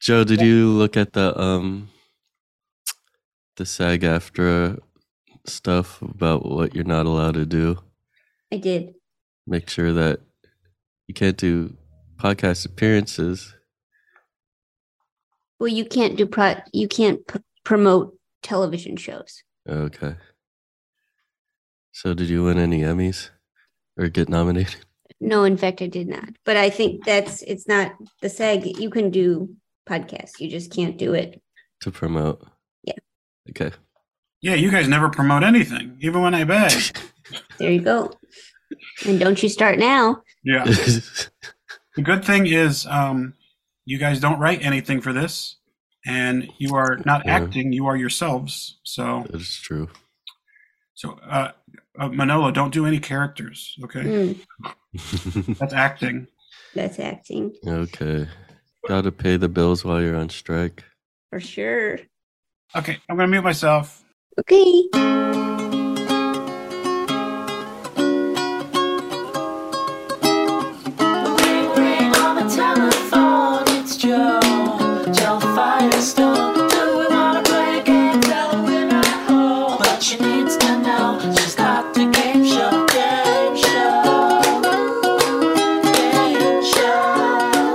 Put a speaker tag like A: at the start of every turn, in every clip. A: Joe, did you look at the um the SAG after stuff about what you're not allowed to do?
B: I did.
A: Make sure that you can't do podcast appearances.
B: Well, you can't do pro. You can't p- promote television shows.
A: Okay. So did you win any Emmys or get nominated?
B: No, in fact, I did not. But I think that's it's not the SAG. You can do podcasts. You just can't do it.
A: to promote.
B: Yeah.
A: Okay.
C: Yeah, you guys never promote anything, even when I beg.
B: There you go. And don't you start now.
C: Yeah. The good thing is, um, you guys don't write anything for this, and you are not
A: Yeah.
C: acting. You are yourselves. So,
A: That's true.
C: so uh, uh, Manolo, don't do any characters. Okay,
B: Mm, Hmm.
C: that's acting.
B: that's acting
A: okay. Gotta pay the bills while you're on strike.
B: for sure.
C: Okay, I'm gonna mute myself.
B: Okay.
D: Ring, ring on the telephone. It's Joe, Joe Firestone. Do we wanna play a game? Tell her we're not home, but she needs to know she's got the game show, game show, game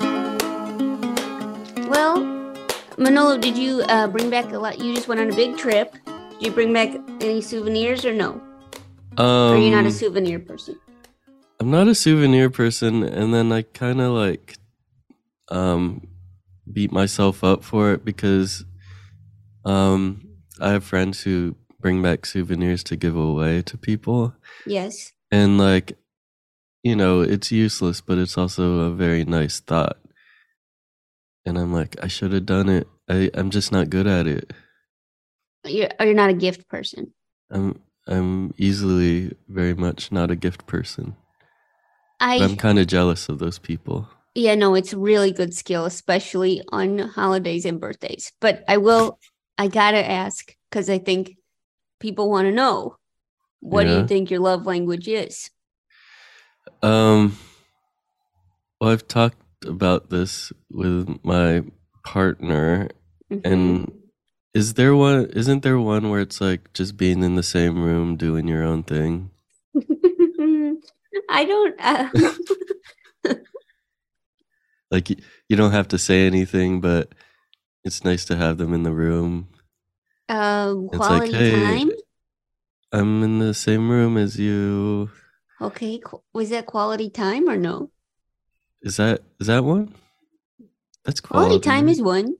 D: show.
B: Well, Manolo, did you uh, bring back a lot? You just went on a big trip. Did you bring back any souvenirs or no?
A: Um,
B: Or are you not a souvenir person?
A: I'm not a souvenir person, and then I kind of like um, beat myself up for it because um, I have friends who bring back souvenirs to give away to people,
B: Yes.
A: and like, you know, it's useless, but it's also a very nice thought. And I'm like, I should have done it. I, I'm just not good at it.
B: You're, or you're not a gift person.
A: I'm I'm easily very much not a gift person. But I'm
B: I,
A: kind of jealous of those people.
B: yeah, no, it's a really good skill, especially on holidays and birthdays. But I will, I gotta ask because I think people want to know what do
A: Yeah.
B: you think your love language is?
A: Um, well, I've talked about this with my partner,
B: Mhm.
A: and is there one? Isn't there one where it's like just being in the same room doing your own thing?
B: I don't, uh,
A: Like you, you don't have to say anything, but it's nice to have them in the room.
B: um,
A: It's like,
B: quality
A: hey,
B: time.
A: I'm in the same room as you.
B: Okay. qu- Was that quality time or no?
A: Is that is that one? That's
B: Quality time is one.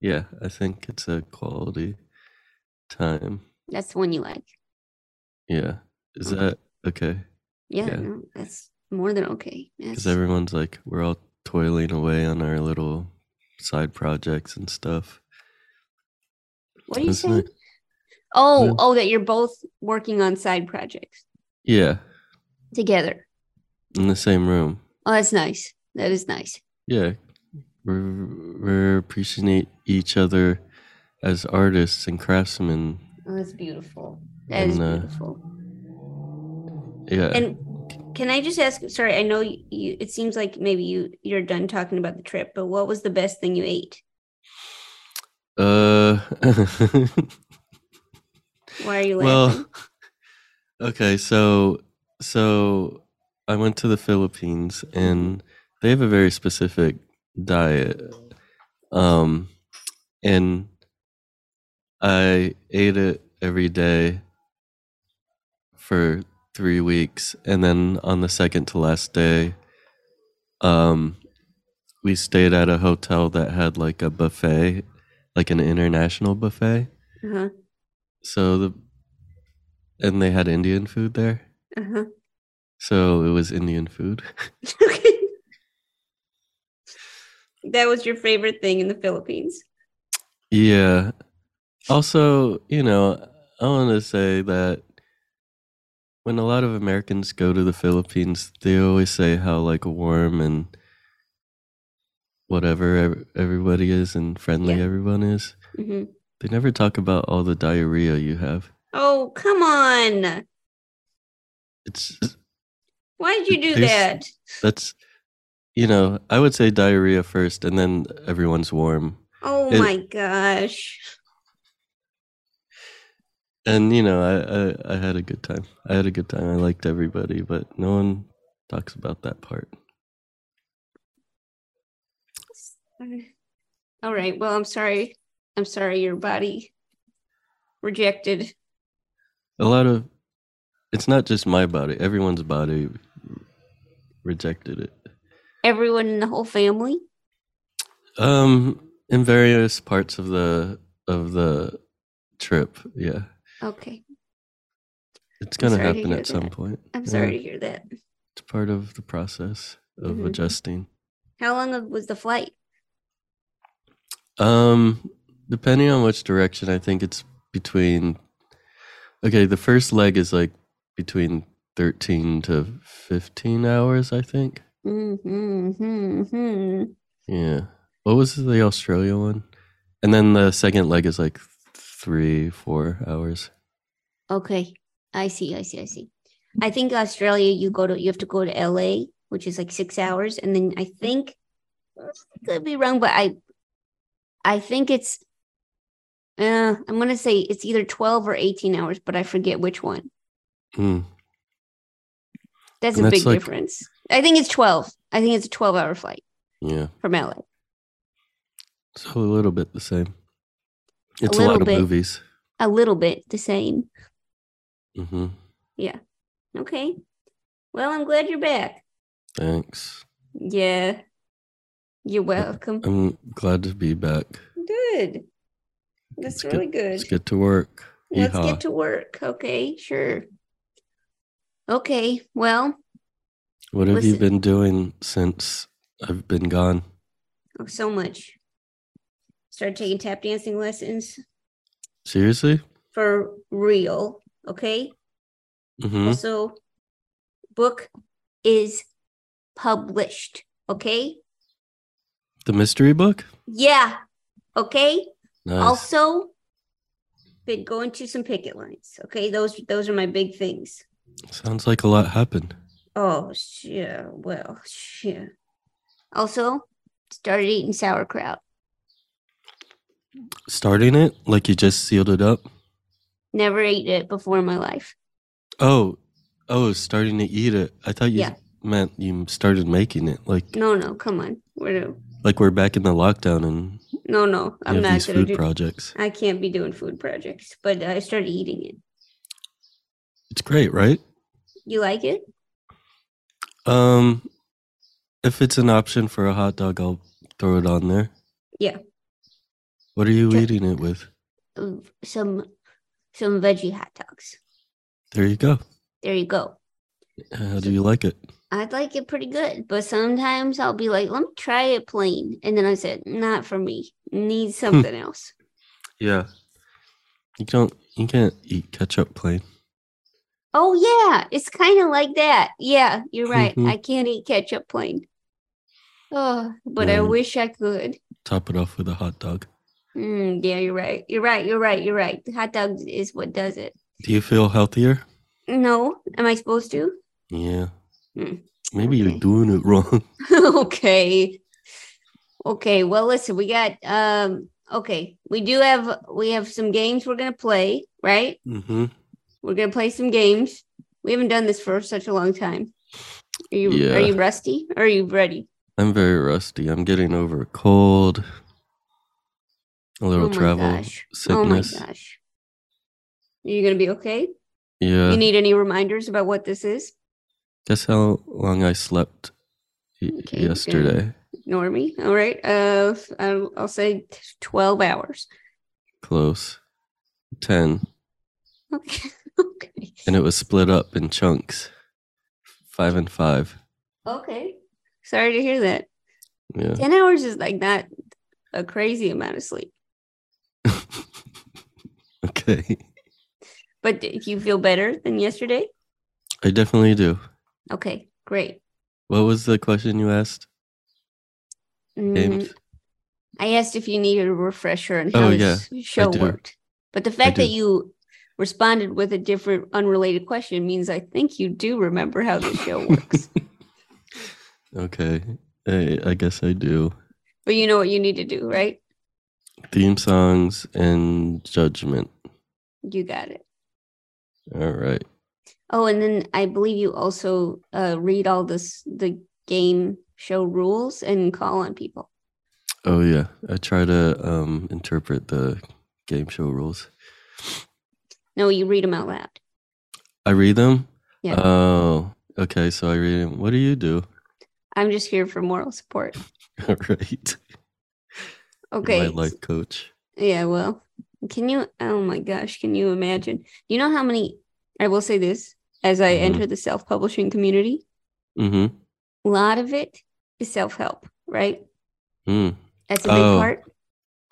A: yeah. I think it's a quality time.
B: That's the one you like.
A: Yeah. Is
B: Okay.
A: that okay?
B: Mm. Yeah,
A: Yeah.
B: no, that's more than okay. That's,
A: Because everyone's like, we're all toiling away on our little side projects and stuff.
B: what do you
A: That's
B: say?
A: nice.
B: Oh,
A: Yeah.
B: oh, that you're both working on side projects
A: Yeah,
B: together.
A: in the same room.
B: Oh, that's nice. That is nice.
A: Yeah, we're, we're appreciating each other as artists and craftsmen.
B: Oh, that's beautiful. That is
A: And, uh,
B: beautiful.
A: Yeah,
B: And can I just ask? Sorry, I know you, you. It seems like maybe you you're done talking about the trip, but what was the best thing you ate?
A: uh,
B: Why are you laughing?
A: well, okay, so so I went to the Philippines
B: Mm-hmm.
A: and they have a very specific diet. Um, and I ate it every day for three weeks, and then on the second to last day, um, we stayed at a hotel that had like a buffet, like an international buffet.
B: uh-huh.
A: So the and they had Indian food there.
B: Uh-huh.
A: So it was Indian food.
B: Okay. that was your favorite thing in the Philippines.
A: Yeah. Also, you know, I want to say that when a lot of Americans go to the Philippines, they always say how like warm and whatever ev- everybody is and friendly
B: Yeah.
A: everyone is.
B: hmm
A: They never talk about all the diarrhea you have.
B: Oh, come on.
A: It's
B: Why did you do
A: There's-
B: that?
A: That's, you know, I would say diarrhea first, and then everyone's warm.
B: Oh
A: it-
B: my gosh.
A: And you know, I, I I had a good time. I had a good time. I liked everybody, but no one talks about that part.
B: All right. Well, I'm sorry. I'm sorry your body rejected.
A: A lot of, it's not just my body. Everyone's body rejected it.
B: Everyone in the whole family?
A: Um, in various parts of the of the trip, yeah,
B: Okay.
A: it's gonna
B: sorry to
A: happen
B: hear
A: at some
B: that.
A: point.
B: I'm
A: Yeah,
B: sorry to hear that.
A: it's part of the process of
B: Mhm.
A: adjusting.
B: How long was the flight?
A: Um, depending on which direction, I think it's between. Okay, the first leg is like between thirteen to fifteen hours, I think.
B: Mm-hmm, hmm
A: Yeah. What was the Australia one? And then the second leg is like three, four hours.
B: Okay. I see. I see. I see. I think Australia, you go to, you have to go to LA, which is like six hours. And then I think, could be wrong, but I, I think it's, uh, I'm going to say it's either 12 or 18 hours, but I forget which one.
A: Hmm.
B: That's
A: And
B: a
A: that's
B: big
A: like-
B: difference. I think it's 12. I think it's a 12 hour flight
A: Yeah.
B: from LA.
A: So a little bit the same. It's a,
B: little
A: lot of
B: bit.
A: movies.
B: A little bit the same.
A: hmm
B: Okay. Well, I'm glad you're back.
A: Thanks.
B: Yeah. You're welcome.
A: I'm glad to be back.
B: Good. That's
A: Let's get-
B: really good.
A: Let's get to work.
B: Let's
A: Yeehaw.
B: get to work. Okay, sure. Okay, well,
A: What have you
B: Listen.
A: been doing since I've been gone?
B: oh, so much. Started taking tap dancing lessons
A: Seriously?
B: for real. Okay. Mm-hmm.
A: hmm
B: Also, book is published. Okay.
A: The mystery book?
B: Yeah. Okay.
A: Nice.
B: Also, been going to some picket lines. Okay. Those those are my big things.
A: Sounds like a lot happened.
B: Oh, yeah. Well, yeah. Also, started eating sauerkraut.
A: Starting it like you just sealed it up.
B: Never ate it before in my life.
A: Oh, oh, starting to eat it. I thought you
B: Yeah.
A: meant you started making it. Like,
B: No, no, come on. We're
A: like we're back in the lockdown and you
B: no, no. I'm
A: have
B: not
A: these
B: gonna
A: food
B: do.
A: projects.
B: I can't be doing food projects, but I started eating it.
A: It's great, right?
B: You like it?
A: Um, if it's an option for a hot dog, I'll throw it on there.
B: Yeah.
A: What are you
B: Sure.
A: eating it with?
B: Uh, Some, some veggie hot dogs.
A: There you go.
B: There you go.
A: How do you like it?
B: I'd like it pretty good, but sometimes I'll be like, let me try it plain, and then I said, not for me. Need something else.
A: Yeah. You don't. You can't eat ketchup plain.
B: Oh yeah, it's kind of like that. Yeah, you're right.
A: Mhm.
B: I can't eat ketchup plain. Oh, but I
A: Mm.
B: wish I could.
A: Top it off with a hot dog.
B: Mm, yeah, you're right. You're right. You're right. You're right. The hot dog is what does it.
A: Do you feel healthier?
B: No, am I supposed to?
A: Yeah.
B: Mm,
A: Maybe
B: okay.
A: you're doing it wrong.
B: okay. Okay. Well, listen, we got um. Okay, we do have we have some games we're gonna play. Right,
A: mm-hmm.
B: we're gonna play some games. We haven't done this for such a long time. Are you
A: Yeah.
B: are you rusty? Or are you ready?
A: I'm very rusty. I'm getting over a cold. A little
B: oh my
A: travel
B: gosh.
A: sickness.
B: Oh my gosh. Are you going to be okay?
A: yeah.
B: you need any reminders about what this is?
A: Guess how long I slept y-
B: Okay, you're
A: yesterday?
B: Ignore me. All right. Uh, f- I'll, I'll say 12 hours.
A: Close. 10.
B: Okay. okay.
A: And it was split up in chunks. Five and five.
B: Okay. Sorry to hear that.
A: Yeah.
B: 10 hours is like not a crazy amount of sleep.
A: okay.
B: But do you feel better than yesterday?
A: I definitely do.
B: Okay. Great.
A: What was the question you asked,
B: Mm,
A: James?
B: I asked if you needed a refresher on
A: Oh,
B: how
A: yeah,
B: this show
A: do.
B: worked. But the fact that
A: do.
B: you responded with a different unrelated question means I think you do remember how the show works.
A: Okay. I, I guess I do.
B: but you know what you need to do, right?
A: Theme songs and judgment.
B: You got it.
A: All right.
B: Oh, and then I believe you also uh, read all this the game show rules and call on people.
A: Oh yeah. I try to um interpret the game show rules.
B: No, you read them out loud.
A: I read them?
B: Yeah.
A: Oh. Okay, so I read them. What do you do?
B: I'm just here for moral support.
A: All right.
B: Okay.
A: My life coach.
B: Yeah, well, can you? Oh my gosh, can you imagine? You know how many? I will say this as I
A: Mhm.
B: enter the self publishing community,
A: Mm-hmm.
B: a lot of it is self help, right?
A: Mm.
B: That's a big
A: Oh.
B: part.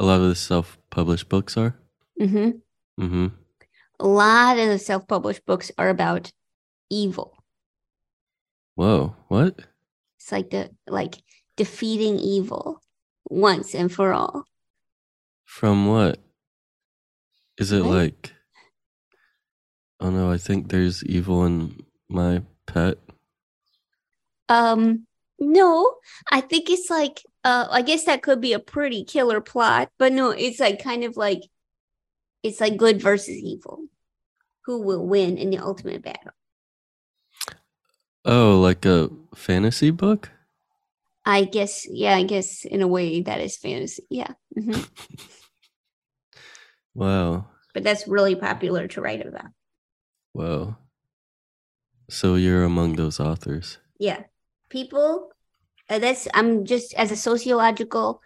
A: A lot of the self published books are?
B: hmm
A: Mm-hmm.
B: A lot of the self published books are about evil.
A: Whoa. What?
B: It's like the like defeating evil once and for all.
A: From what? Is it
B: What?
A: like? Oh no, I think there's evil in my pet.
B: Um, no, I think it's like uh I guess that could be a pretty killer plot, but no, it's like kind of like it's like good versus evil. Who will win in the ultimate battle?
A: Oh, like a fantasy book?
B: I guess, yeah, I guess in a way that is fantasy. Yeah. hmm
A: Wow.
B: But that's really popular to write about.
A: Wow. So you're among those authors.
B: Yeah. People, uh, that's, I'm just as a sociological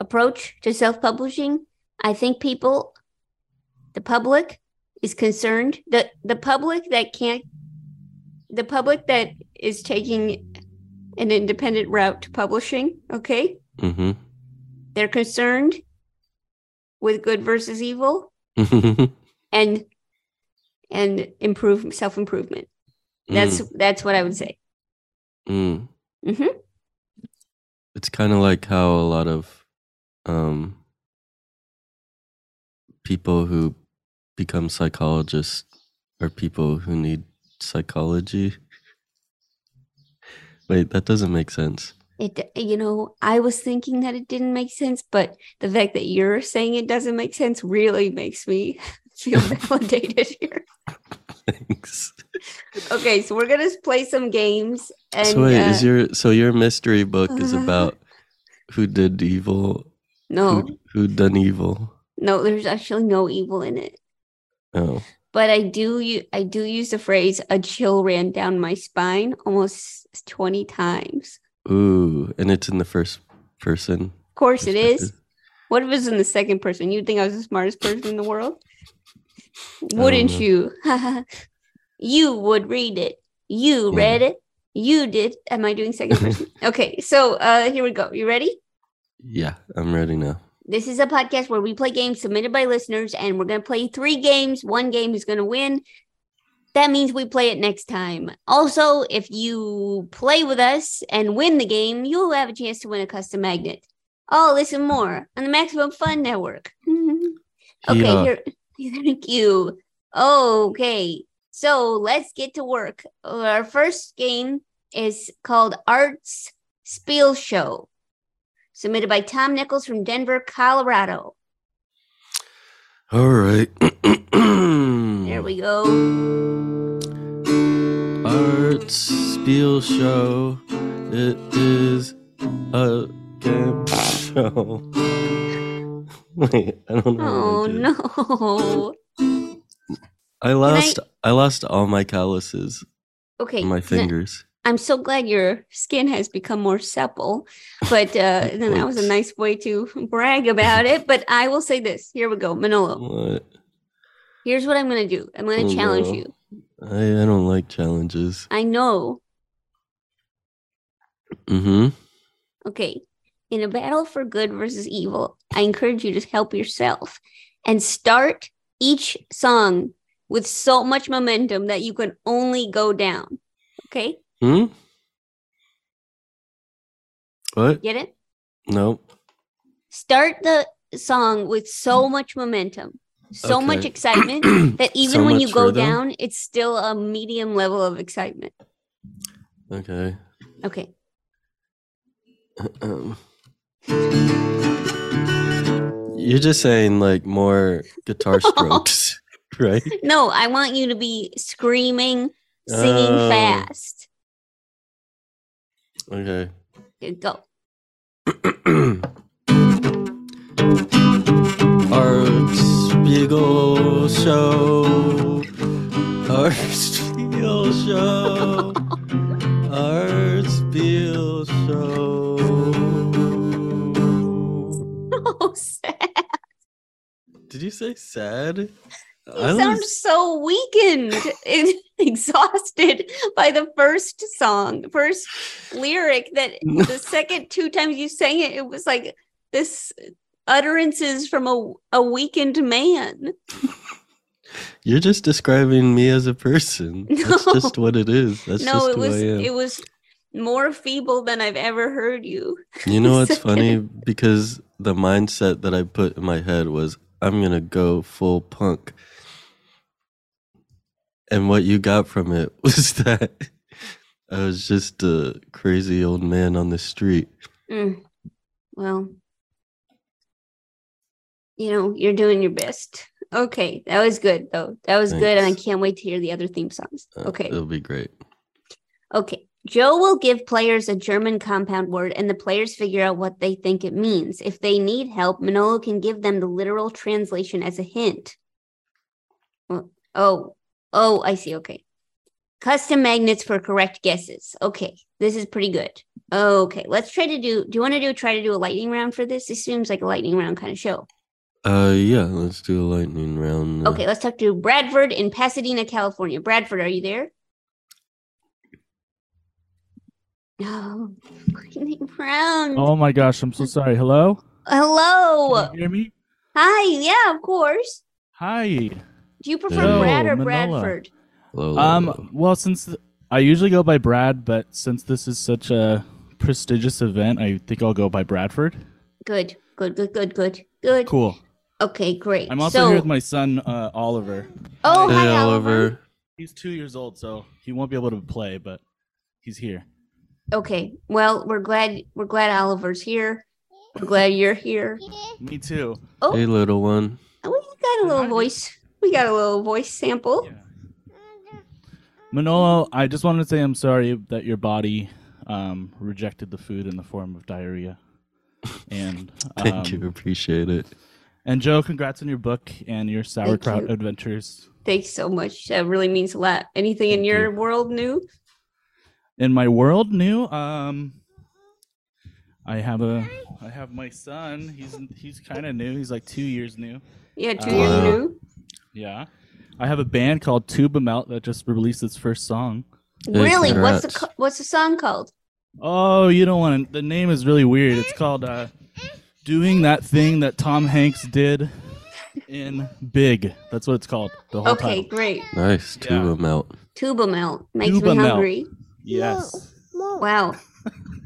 B: approach to self publishing, I think people, the public is concerned. The, the public that can't, the public that is taking an independent route to publishing, okay,
A: Mm-hmm.
B: they're concerned with good versus evil
A: Mm-hmm.
B: and and improve self improvement. That's that's what I would say.
A: Mm.
B: Mhm.
A: It's kind of like how a lot of um, people who become psychologists are people who need psychology. Wait, that doesn't make sense.
B: It, you know, I was thinking that it didn't make sense, but the fact that you're saying it doesn't make sense really makes me feel validated here.
A: Thanks.
B: Okay, so we're gonna play some games, and
A: so wait,
B: uh,
A: is your so your mystery book is
B: uh,
A: about who did evil,
B: no,
A: who who done evil?
B: no, there's actually no evil in it.
A: Oh,
B: But I do, u- I do use the phrase "a chill ran down my spine" almost twenty times.
A: ooh, and it's in the first person.
B: Of course, it is.
A: perspective.
B: What if it's in the second person? You'd think I was the smartest person in the world. Wouldn't
A: know.
B: you? you would read it. You
A: Yeah.
B: read it. You did. Am I doing second person? okay, so uh here we go. You ready?
A: Yeah, I'm ready now.
B: This is a podcast where we play games submitted by listeners, and we're gonna play three games. One game is gonna win. That means we play it next time. Also, if you play with us and win the game, you'll have a chance to win a custom magnet. All this and more on the Maximum Fun Network. Okay,
A: Yeah.
B: here. Thank you. Okay, so let's get to work. Our first game is called Arts Spiel Show, submitted by Tom Nichols from Denver, Colorado.
A: All right.
B: There we go.
A: Art Spiel Show. It is a game show. Wait, I don't know.
B: Oh
A: what I did.
B: no.
A: I lost. I... lost all my calluses,
B: Okay,
A: on my
B: n-
A: fingers.
B: I'm so glad your skin has become more supple, but uh, then that was a
A: Oops.
B: nice way to brag about it. But I will say this: here we go, Manolo.
A: What?
B: Here's what I'm gonna do. I'm gonna
A: Oh,
B: challenge
A: no.
B: you.
A: I, I don't like challenges.
B: I know
A: Mm-hmm.
B: Okay. In a battle for good versus evil, I encourage you to help yourself and start each song with so much momentum that you can only go down. Okay?
A: Hmm. What?
B: Get it?
A: No.
B: Start the song with so much momentum so much
A: Okay.
B: excitement that even
A: So
B: when you
A: much
B: go
A: rhythm.
B: down, it's still a medium level of excitement.
A: Okay.
B: Okay.
A: Um, you're just saying like more guitar
B: Oh.
A: strokes, right?
B: No, I want you to be screaming, singing
A: Oh.
B: fast.
A: Okay.
B: Okay, Go.
A: Archspiegel Show. Archspiegel Show. Archspiegel Show.
B: Oh, sad.
A: Did you say sad?
B: You sound
A: Oh.
B: so weakened and exhausted by the first song, first lyric that the second two times you sang it, it was like this utterances from a, a weakened man.
A: You're just describing me as a person. That's
B: No.
A: just what it is. That's
B: no,
A: just
B: it
A: who I
B: was
A: am.
B: it was more feeble than I've ever heard you.
A: You know what's
B: Second.
A: funny? Because the mindset that I put in my head was, I'm gonna go full punk. And what you got from it was that I was just a crazy old man on the street.
B: Mm. Well, you know, you're doing your best. Okay, that was good though. That was good, and I
A: Thanks.
B: can't wait to hear the other theme songs.
A: Uh,
B: Okay.
A: It'll be great.
B: Okay. Joe will give players a German compound word and the players figure out what they think it means. If they need help, Manolo can give them the literal translation as a hint. Well, oh, oh, I see. Okay. Custom magnets for correct guesses. Okay. This is pretty good. Okay. Let's try to do. Do you want to do try to do a lightning round for this? This seems like a lightning round kind of show.
A: Uh yeah, let's do a lightning round. uh,
B: Okay. Let's talk to Bradford in Pasadena, California. Bradford, are you there? No. Lightning round.
E: Oh my gosh, I'm so sorry. Hello?
B: Hello.
E: Can you hear me?
B: Hi. Yeah, of course.
E: Hi.
B: Do you prefer
A: Hello,
B: Brad or
E: Manola.
B: Bradford?
A: hello, hello, hello.
E: Um well, since th- I usually go by Brad, but since this is such a prestigious event, I think I'll go by Bradford.
B: Good. Good. Good. Good. Good. Good.
E: Cool.
B: Okay. Great.
E: I'm also
B: so,
E: here with my son uh, Oliver.
B: oh, hi,
A: Hey,
B: Oliver.
A: Oliver.
E: He's 2 years old, so he won't be able to play, but he's here.
B: Okay. Well, we're glad we're glad Oliver's here. We're glad you're here.
E: Me too.
B: Oh,
A: Hey
B: we
A: little one.
B: got a little voice. We got a little voice sample.
E: Yeah. Manolo, I just wanted to say I'm sorry that your body um, rejected the food in the form of diarrhea. And
A: Thank
E: um,
A: you, appreciate it.
E: And Joe, congrats on your book and your sauerkraut
B: you.
E: adventures.
B: Thanks so much. That really means a lot. Anything in
E: Thank
B: your world new?
E: In my world new, um I have a I have my son. He's he's kind of new. He's like 2 years new.
B: Yeah, two
E: Uh,
B: years
A: Wow.
B: new.
E: Yeah. I have a band called Tuba Melt that just released its first song.
A: Hey,
B: really? What's the
A: congrats.
B: co- what's the song called?
E: Oh, you don't want to The name is really weird. It's called uh Doing That Thing That Tom Hanks Did in Big. That's what it's called. The whole
B: Okay,
E: title.
B: great.
A: Nice, two
E: Yeah.
A: of them out.
B: Tuba melt makes
E: Tuba
B: me
E: melt.
B: hungry.
E: Yes.
B: Wow,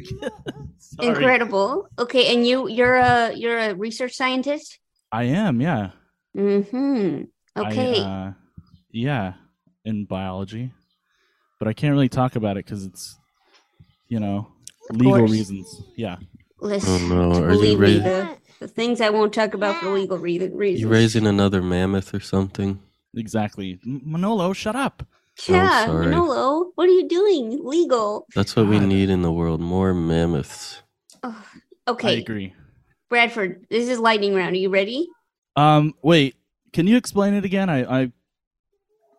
E: Sorry.
B: incredible. Okay, and you you're a you're a research scientist.
E: I am, yeah.
B: Hmm.
E: I,
B: Okay.
E: uh, yeah, in biology, but I can't really talk about it because it's, you know, legal
B: course.
E: reasons. Yeah.
A: Oh
B: Listen,
A: no, are you
B: believe me,
A: raising
B: the, the things I won't talk about for legal re- reasons.
A: you raising another mammoth or something?
E: Exactly. M- Manolo, shut up.
B: yeah,
A: sorry.
B: Manolo, what are you doing? Legal.
A: That's what we
E: God.
A: need in the world more mammoths.
B: Ugh.
E: I
B: Okay,
E: agree.
B: Bradford, this is lightning round. Are you ready?
E: Um, wait, can you explain it again? I, I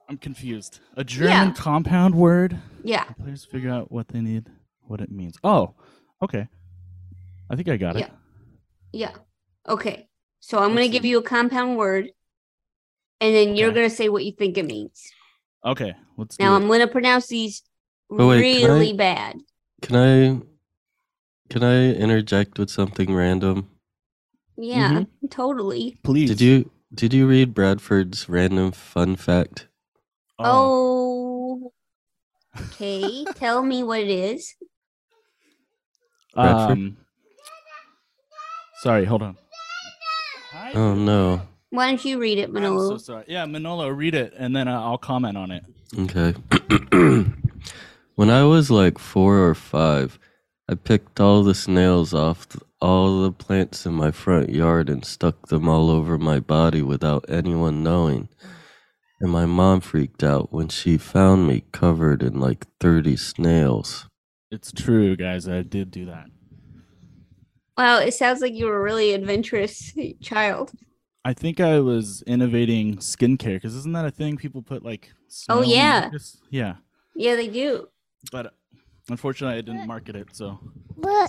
E: I'm confused. A German
B: Yeah.
E: compound word.
B: Yeah.
E: The players figure out what they need, what it means. Oh, okay. I think I got it.
B: Yeah. Yeah. Okay. So I'm going to give you a compound word and then you're
E: Okay.
B: going to say what you think it means.
E: Okay, let's do
B: Now
E: it.
B: I'm going to pronounce these
A: Oh, wait, can I-
B: really bad.
A: Can I can I interject with something random?
B: Yeah,
E: Mm-hmm.
B: totally.
E: Please.
A: Did you did you read Bradford's random fun fact?
E: Oh,
B: Oh. Okay. Tell me what it is.
A: Bradford?
E: um, sorry. Hold on. Hi.
A: Oh no.
B: Why don't you read it,
E: I'm so
B: Manolo?
E: sorry. Yeah, Manolo, read it, and then uh, I'll comment on it.
A: Okay. when I was like four or five, I picked all the snails off th- all the plants in my front yard and stuck them all over my body without anyone knowing. And my mom freaked out when she found me covered in like 30 snails.
E: It's true, guys. I did do that.
B: Wow, it sounds like you were a really adventurous child.
E: I think I was innovating skincare because isn't that a thing people put like? snail in
B: Oh, yeah.
E: mucus? yeah.
B: Yeah, they do.
E: But unfortunately, I didn't market it. So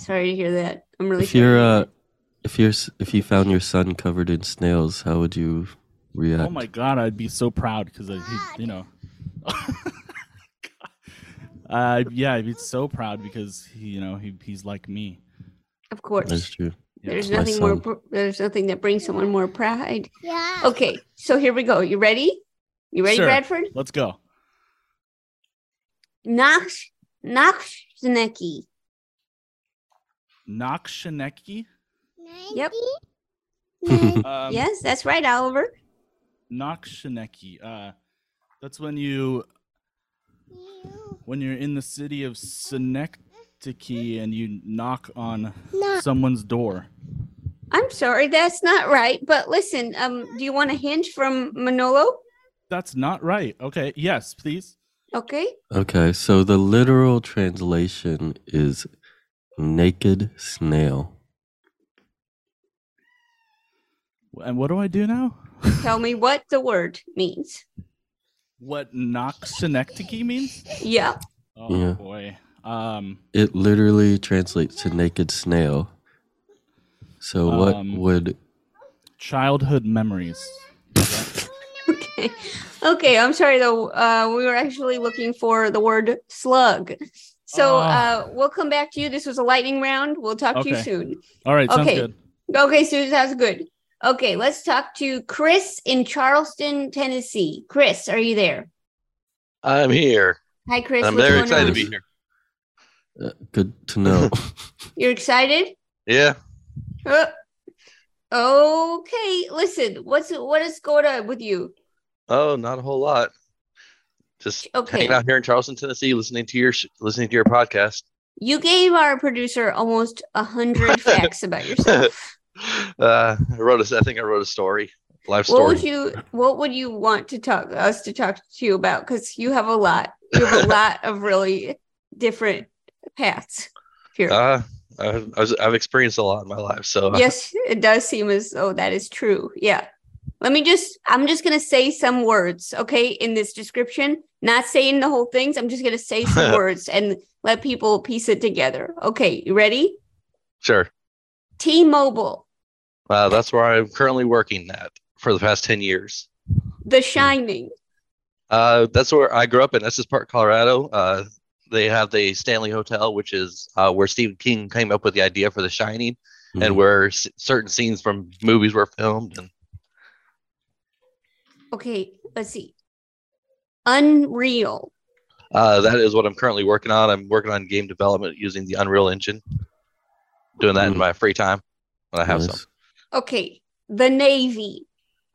B: Sorry to hear that. I'm really
A: If you're
B: sorry.
A: uh, if you're s- if you found your son covered in snails, how would you react?
E: Oh my god, I'd be so proud because I, he- you know. uh, yeah, I'd be so proud because he, you know he, he's like me.
B: of course.
A: That's true.
B: There's
A: My
B: nothing more.
A: son.
B: pr- There's nothing that brings someone more pride.
F: Yeah.
B: Okay, so here we go. You ready? You ready,
E: Sure.
B: Bradford?
E: Let's go.
B: Nash Nashzneki.
E: Nakshineki.
B: Yep.
F: Nike.
E: Um,
B: yes, that's right, Oliver.
E: Nakshineki. Uh, that's when you when you're in the city of Synecdoche and you knock on
F: Knock.
E: someone's door.
B: I'm sorry, that's not right. But listen, um, do you want a hint from Manolo?
E: That's not right. Okay. Yes, please.
B: Okay.
A: Okay, so the literal translation is naked snail.
E: And what do I do now?
B: Tell me what the word means.
E: What Nakshineki means?
B: Yeah.
E: Oh
A: Yeah.
E: boy. Um
A: It literally translates to naked snail. So what
E: Um,
A: would
E: childhood memories.
B: Okay. Okay. I'm sorry though. Uh, we were actually looking for the word slug. So uh, we'll come back to you. This was a lightning round. We'll talk to you
E: Ah. Okay.
B: soon.
E: All right, sounds
B: Okay.
E: good.
B: Okay, Susan, that's good. Okay, let's talk to Chris in Charleston, Tennessee. Chris, are you there?
G: I'm here.
B: Hi, Chris.
G: I'm
B: what's
G: very
B: going
G: excited to
B: on?
G: be here.
A: uh, good to know?
B: You're excited?
G: Yeah.
B: Uh, Oh, okay, listen. What's what is going on with you?
G: Oh, not a whole lot. Just
B: Okay.
G: hanging out here in Charleston, Tennessee, listening to your sh- listening to your podcast.
B: You gave our producer almost a hundred facts about yourself.
G: uh, I wrote a. I think I wrote a story, life
B: What
G: story.
B: would you What would you want to talk us to talk to you about? Because you have a lot. You have a lot of really different paths here.
G: uh, I, I was, I've experienced a lot in my life, so uh,
B: yes, it does seem as though that is true. Yeah. Let me just, I'm just going to say some words, okay, in this description. Not saying the whole things. I'm just going to say some words and let people piece it together. Okay, you ready?
G: sure.
B: T Mobile,
G: Uh, that's where I'm currently working at for the past ten years.
B: The Shining,
G: Uh, that's where I grew up in Estes Park, Colorado. Uh, they have the Stanley Hotel, which is uh, where Stephen King came up with the idea for The Shining, and where s- certain scenes from movies were filmed. And
B: okay, let's see. Unreal,
G: uh, that is what I'm currently working on. I'm working on game development using the Unreal Engine, doing that in
A: Mm.
G: my free time when I have
A: Nice.
G: some.
B: okay, The Navy,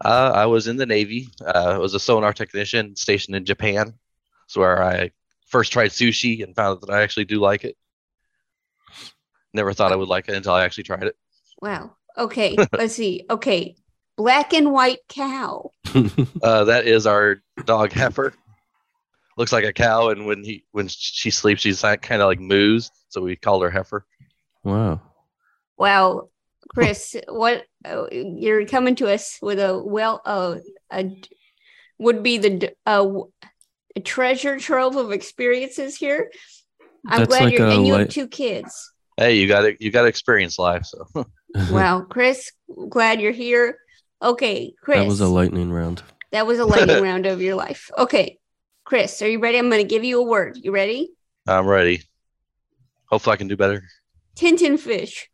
G: Uh, I was in the Navy. Uh, I was a sonar technician stationed in Japan. That's where I first tried sushi and found that I actually do like it. Never thought I would like it until I actually tried it.
B: wow, okay, let's see, okay, Black and White Cow,
G: Uh, that is our dog Heifer. Looks like a cow, and when he when she sleeps, she's like, kind of like moos. So we called her Heifer.
A: wow.
B: Wow, Chris, what uh, you're coming to us with a well, uh, a d- would be the d- uh, w- a treasure trove of experiences here. I'm
A: That's
B: glad
A: like
B: you're
A: a
B: and you have
A: light-
B: two kids.
G: Hey, you got to you got to experience life. So
B: Wow, Chris, glad you're here. Okay, Chris,
A: that was a lightning round.
B: that was a lightning round of your life. Okay, Chris, are you ready? I'm going to give you a word. You ready?
G: I'm ready. Hopefully, I can do better.
B: Tintin fish.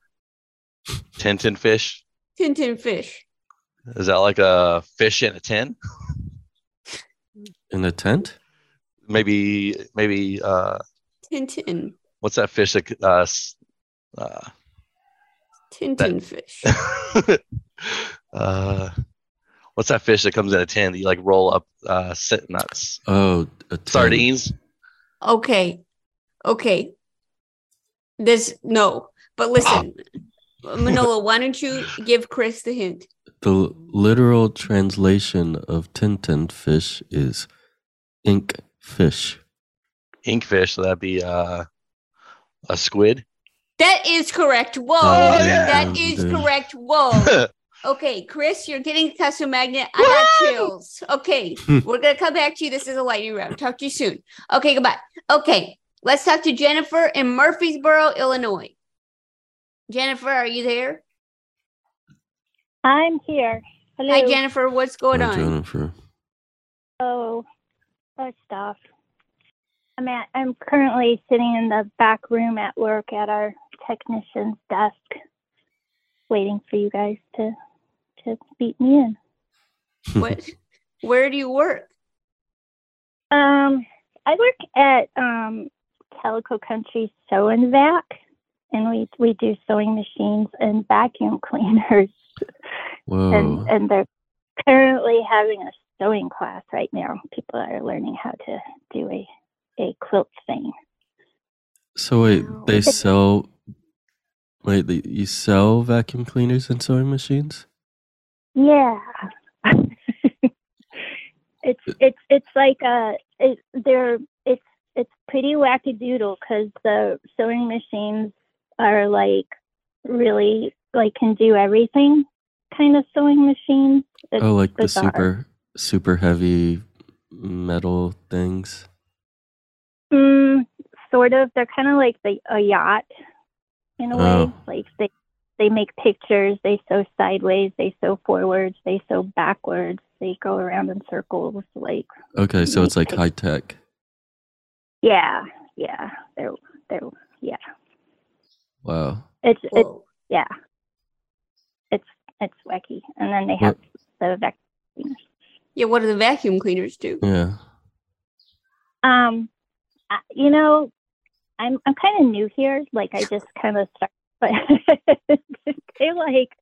G: Tintin fish.
B: Tintin fish.
G: Is that like a fish in a tin?
A: In a tent?
G: Maybe maybe uh,
B: Tintin.
G: what's that fish that c- uh, s- uh,
B: Tintin fish.
G: uh, what's that fish that comes in a tin that you like roll up uh, sit nuts,
A: Oh, a tin.
G: sardines?
B: Okay. Okay. This no. But listen,
A: Oh.
B: Manolo, why don't you give Chris the hint?
A: The literal translation of Tintin fish is ink fish.
G: Inkfish, so that'd be uh, a squid.
B: That is correct. Whoa.
A: Oh, yeah.
B: That is
A: Dude.
B: correct. Whoa. Okay, Chris, you're getting a custom magnet. I got chills. Okay,
A: Hmm.
B: we're gonna come back to you. This is a lightning round. Talk to you soon. Okay, goodbye. Okay, let's talk to Jennifer in Murfreesboro, Illinois. Jennifer, are you there?
H: I'm here. Hello.
B: Hi, Jennifer. What's going
A: Hi,
B: on?
A: Jennifer.
H: Oh, first off, I'm at, I'm currently sitting in the back room at work at our technician's desk, waiting for you guys to to beat me in.
A: Hmm.
B: What? Where do you work?
H: Um, I work at um Calico Country Sew and Vac, and we we do sewing machines and vacuum cleaners,
A: Whoa.
H: and and they're currently having a sewing class right now. People are learning how to do a a quilt thing.
A: So wait, they
B: Wow.
A: sell. Wait, the, you sell vacuum cleaners and sewing machines?
H: Yeah. it's it's it's like uh it they're it's it's pretty wackadoodle because the sewing machines are like really like can do everything kind of sewing machines. It's
A: oh, like the
H: bizarre.
A: super super heavy metal things.
H: Mm, sort of. They're kind of like the a yacht in a
A: Oh.
H: way. Like they they make pictures. They sew sideways. They sew forwards. They sew backwards. They go around in circles. Like
A: Okay, so it's like
H: Okay.
A: high tech.
H: Yeah, yeah. They're they're
A: Wow.
H: it's it's
B: Whoa.
H: yeah. It's it's wacky. And then they have
A: What-
H: the vac
B: Yeah, what do the vacuum cleaners do?
A: Yeah.
H: um I, you know, I'm I'm kinda new here. Like I just kinda start but they like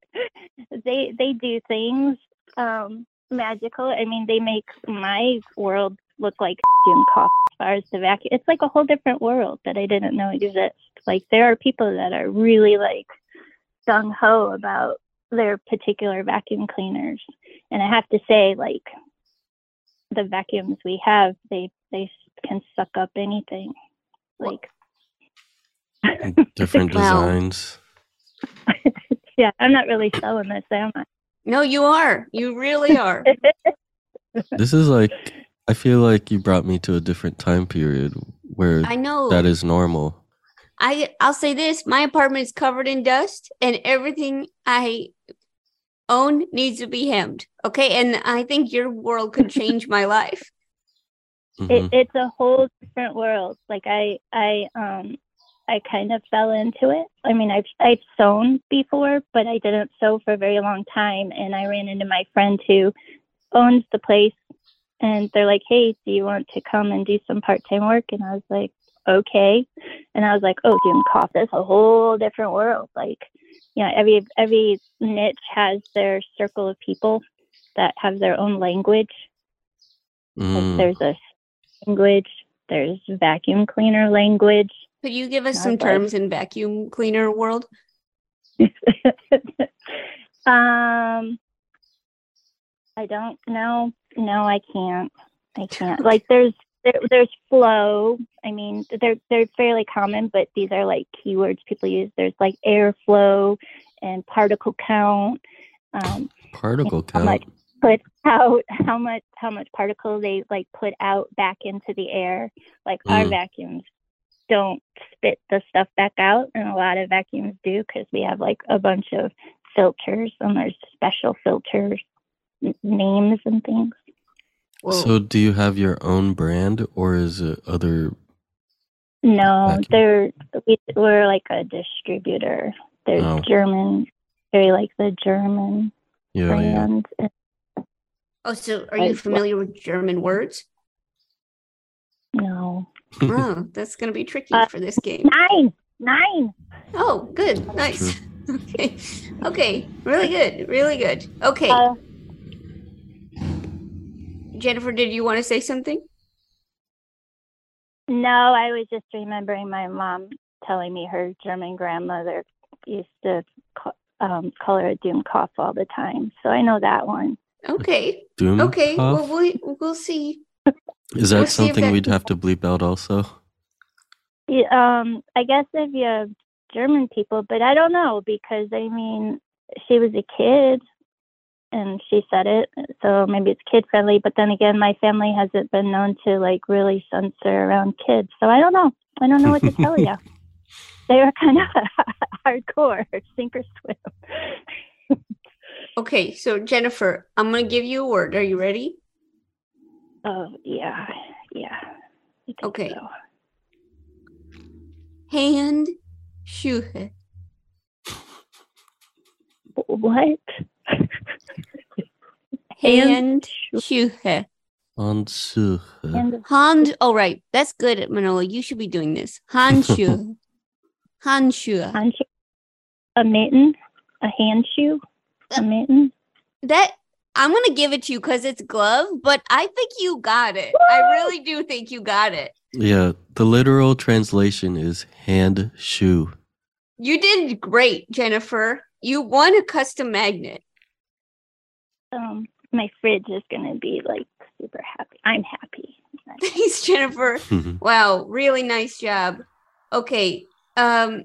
H: they they do things um magical. I mean they make my world look like Jim Cough as far as the vacuum. It's like a whole different world that I didn't know exists. Like there are people that are really like gung ho about their particular vacuum cleaners. And I have to say, like the vacuums we have, they they can suck up anything. Like
A: Different
B: Wow.
A: designs.
H: yeah, I'm not really selling this, am I?
B: No, you are. You really are.
A: This is like I feel like you brought me to a different time period where
B: I know.
A: that is normal.
B: I I'll say this: my apartment is covered in dust, and everything I own needs to be hemmed. Okay, and I think your world could change my life.
A: Mhm.
H: it, it's a whole different world like i i um i kind of fell into it i mean i've i've sewn before but i didn't sew for a very long time and i ran into my friend who owns the place and they're like hey do you want to come and do some part-time work and i was like okay and i was like oh jim cough that's a whole different world like you know every every niche has their circle of people that have their own language like
D: Hmm.
A: Mm.
H: there's a language, there's vacuum cleaner language.
B: Could you give us
H: Not
B: some
H: bad.
B: terms in vacuum cleaner world?
H: um I don't know. No, I can't. I can't. Like there's there, there's flow. I mean, they're they're fairly common, but these are like keywords people use. There's like airflow and particle count. Um,
A: Particle
H: how
A: count.
H: much put out how much how much particle they like put out back into the air like our
A: Mm.
H: vacuums don't spit the stuff back out and a lot of vacuums do because we have like a bunch of filters and there's special filters n- names and things
B: Well,
A: So do you have your own brand or is it other
H: no
A: Vacuum.
H: they're we, we're like a distributor there's
A: Oh.
H: german very like the german
A: yeah, yeah.
H: brand and
B: oh, so are you familiar with German words?
H: no
B: Oh, that's gonna be tricky
H: Uh,
B: for this game.
H: nine nine
B: Oh, good, nice. Okay, okay, really good, really good. Okay,
H: uh,
B: Jennifer, did you want to say something?
H: No, I was just remembering my mom telling me her German grandmother used to co- um, call her a doom cough all the time. So I know that one.
B: Okay.
A: Doom
B: okay.
A: cough?
B: Well, we'll we'll see.
A: Is that
B: We'll see if
A: something
B: that-
A: we'd have to bleep out also?
H: Yeah, Um, I guess if you have German people, but I don't know because I mean, she was a kid and she said it, so maybe it's kid friendly. But then again, my family hasn't been known to like really censor around kids, so I don't know. I don't know what to tell you. They are kind of hardcore, sink or swim.
B: Okay. So Jennifer, I'm gonna give you a word. Are you ready?
H: Oh yeah, yeah.
B: Okay. Hand shoe.
H: What?
B: Hand shoe.
A: Ansuche.
B: Hand. All right. That's good, Manola. You should be doing this. Hand shoe. Hand shoe.
H: Handshoe. A mitten, a hand shoe, a mitten.
B: That I'm gonna give it to you because it's glove, but I think you got it. I really do think you got it.
A: Yeah, the literal translation is hand shoe.
B: You did great, Jennifer. You won a custom magnet.
H: Um, my fridge is gonna be like super happy. I'm happy.
B: Thanks, Jennifer. Wow, really nice job. Okay. Um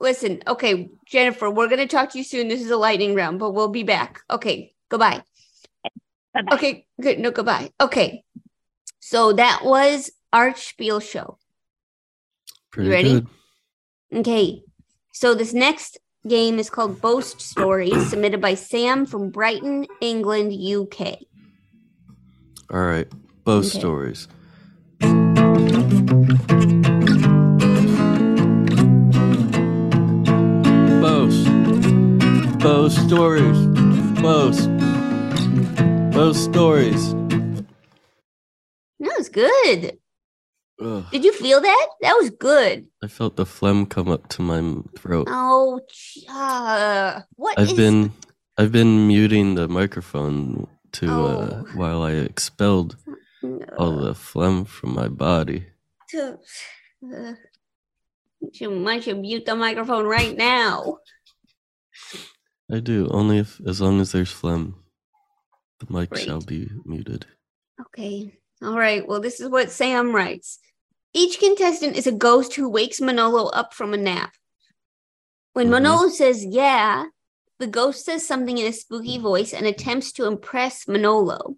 B: listen, okay, Jennifer, we're gonna talk to you soon. This is a lightning round, but we'll be back. Okay, goodbye. Okay, good. No, goodbye. Okay. So that was Arch Spiel Show.
A: Pretty
B: ready?
A: good.
B: Okay. So this next game is called Boast Stories, submitted by Sam from Brighton, England, UK.
A: All right, both
B: Okay.
A: stories. Both. Both stories. Both. Both stories.
B: That was good.
A: Ugh,
B: Did you feel that? That was good.
A: I felt the phlegm come up to my m- throat.
B: Oh, ch- uh, what
A: I've
B: is-
A: been I've been muting the microphone to
B: Oh.
A: uh, while I expelled all the phlegm from my body.
B: to, uh, should, I should mute the microphone right now.
A: I do only if as long as there's phlegm, the mic
B: Great.
A: shall be muted.
B: Okay. All right. Well, this is what Sam writes. Each contestant is a ghost who wakes Manolo up from a nap. When Manolo says, Yeah, the ghost says something in a spooky voice and attempts to impress Manolo.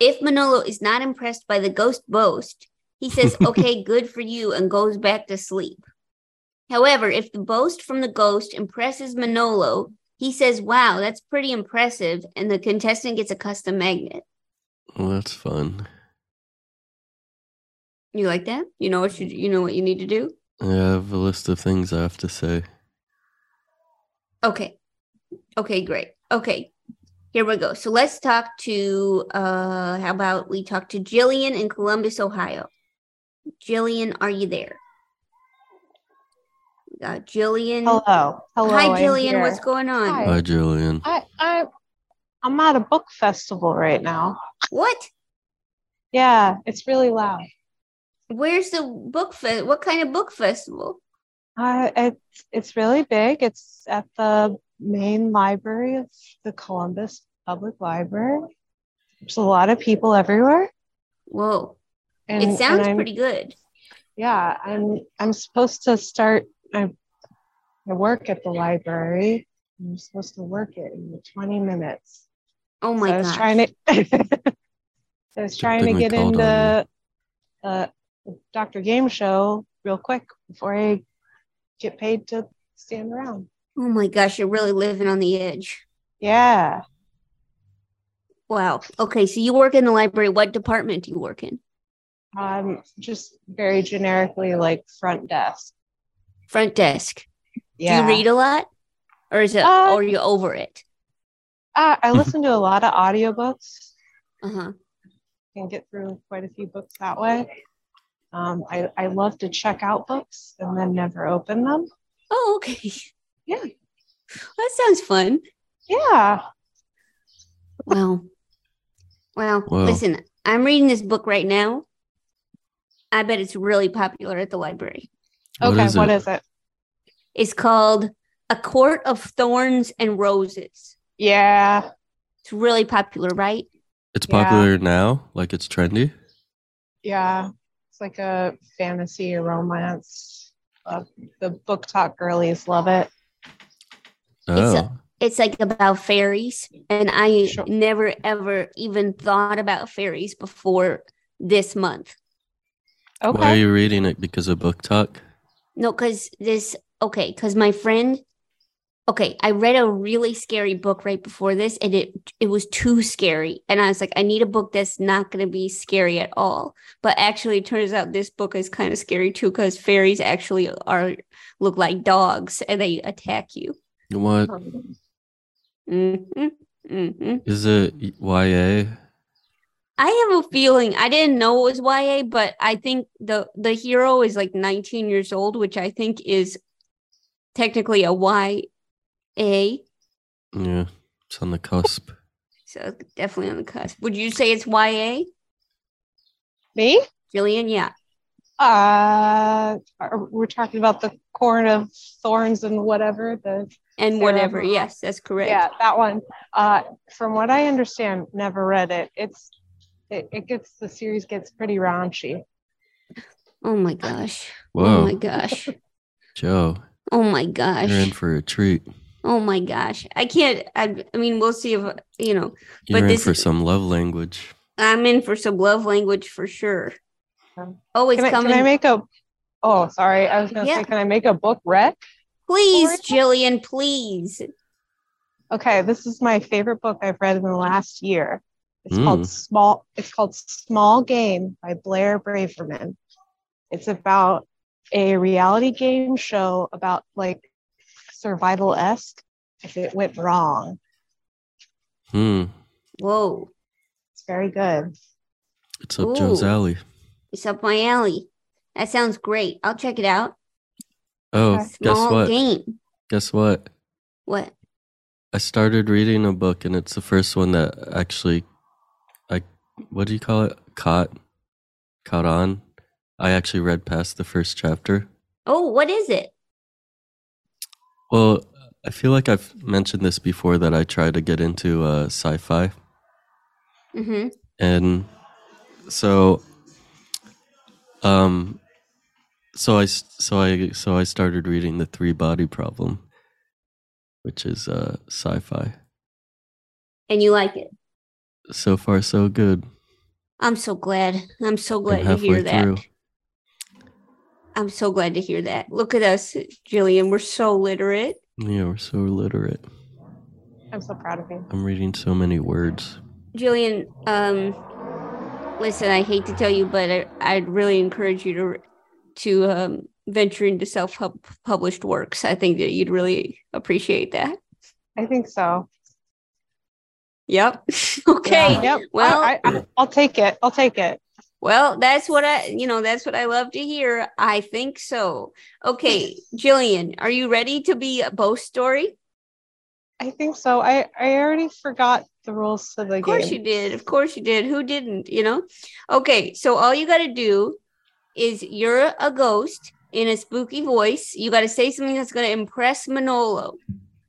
B: If Manolo is not impressed by the ghost boast, he says, Okay, good for you, and goes back to sleep. However, if the boast from the ghost impresses Manolo, he says, Wow, that's pretty impressive, and the contestant gets a custom magnet.
A: Well, that's fun.
B: You like that? You know what you you know what you need to do?
A: I have a list of things I have to say.
B: Okay. Okay, great. Okay. Here we go. So let's talk to uh how about we talk to Jillian in Columbus, Ohio. Jillian, are you there? We got Jillian.
I: Hello. Hello,
B: Hi
I: I'm
B: Jillian, what's
I: here.
B: going on?
A: Hi, Julian.
I: I, I, I'm at a book festival right now.
B: What?
I: Yeah, it's really loud.
B: Where's the book fe- what kind of book festival?
I: Uh, it's, it's really big. It's at the main library of the Columbus Public Library. There's a lot of people everywhere.
B: Whoa.
I: And-
B: it
I: and
B: sounds
I: I'm-
B: pretty good.
I: Yeah, I'm I'm supposed to start I I work at the library. I'm supposed to work it in 20 minutes.
B: Oh
I: my I was
B: gosh.
I: trying to I was trying to
A: thing we
I: get
A: called
I: into uh Dr. Game Show real quick before I get paid to stand around.
B: Oh my gosh, you're really living on the edge.
I: Yeah.
B: Wow. Okay, so you work in the library. What department do you work in?
I: Um just very generically like front desk.
B: Front desk.
I: Yeah.
B: Do you read a lot? Or is it
I: Uh,
B: or are you over it?
I: Uh, I listen to a lot of audiobooks.
B: Uh-huh.
I: Can get through quite a few books that way. Um, I, I love to check out books and then never open them.
B: Oh, okay.
I: Yeah.
B: That sounds fun.
I: Yeah.
B: Wow. Well,
A: Wow.
B: listen, I'm reading this book right now. I bet it's really popular at the library.
A: What Okay, is what it? is
I: it?
B: It's called A Court of Thorns and Roses.
I: Yeah.
B: It's really popular, right?
A: It's
I: Yeah.
A: popular now, like it's trendy.
I: Yeah. It's like a fantasy romance. Uh, the book talk girlies love it.
A: Oh,
B: It's like about fairies, and I never ever even thought about fairies before this month.
A: why are you reading it? Because of book talk.
B: No, because this, okay, because my friend, okay, I read a really scary book right before this and it it was too scary. And I was like, I need a book that's not going to be scary at all. But actually, it turns out this book is kind of scary too because fairies actually are look like dogs and they attack you.
A: What
B: hmm hmm
A: is it? YA.
B: I have a feeling I didn't know it was YA, but I think the the hero is like 19 years old, which I think is technically a YA.
A: Yeah, it's on the cusp.
B: So definitely on the cusp. Would you say it's YA?
I: Me?
B: Jillian, yeah.
I: Uh, are- we're talking about the corn of thorns and whatever the
B: And
I: Sarah
B: whatever.
I: Moss.
B: Yes, that's correct.
I: Yeah, that one. Uh, from what I understand, never read it. It's it, it gets the series gets pretty raunchy.
B: Oh my gosh.
A: Whoa.
B: Oh my gosh.
A: Joe,
B: Oh my gosh.
A: you're in for a treat.
B: Oh my gosh. I can't I, I mean, we'll see if you know,
A: You're
B: but
A: in
B: this
A: for some love language.
B: I'm in for some love language for sure. Oh, it's
I: can I,
B: coming.
I: Can I make a? Oh, sorry. I was gonna
B: Yeah.
I: say, can I make a book rec?
B: Please, Jillian, please.
I: Okay, this is my favorite book I've read in the last year. It's
A: Mm.
I: called Small. It's called Small Game by Blair Braverman. It's about a reality game show about like survival esque if it went wrong.
A: Hmm.
B: Whoa.
I: It's very good.
A: It's up Joe's
B: Ooh.
A: alley.
B: It's up my alley. That sounds great. I'll check it out.
A: Oh, guess
B: Small
A: what?
B: game.
A: Guess what?
B: What?
A: I started reading a book, and it's the first one that actually, I what do you call it? Caught, caught on. I actually read past the first chapter.
B: Oh, what is it?
A: Well, I feel like I've mentioned this before that I try to get into uh, sci-fi,
B: Mm-hmm.
A: and so, um, so I s- so I so I started reading the Three Body Problem, which is uh, sci-fi.
B: And you like it?
A: So far, so good.
B: I'm so glad. I'm so glad
A: I'm
B: to hear
A: halfway
B: that.
A: through.
B: I'm so glad to hear that. Look at us, Jillian. We're so literate.
A: Yeah, we're so illiterate.
I: I'm so proud of you.
A: I'm reading so many words.
B: Jillian, um, listen, I hate to tell you, but I, I'd really encourage you to to um, venture into self published works. I think that you'd really appreciate that.
I: I think so.
B: Yep. okay.
I: Yeah, Yep.
B: Well,
I: I, I, I'll take it. I'll take it.
B: Well, that's what I, you know, that's what I love to hear. I think so. Okay, Jillian, are you ready to be a boast story?
I: I think so. I, I already forgot the rules to the
B: Of course
I: game.
B: you did. Of course you did. Who didn't, you know? Okay, so all you got to do is you're a ghost in a spooky voice. You got to say something that's going to impress Manolo.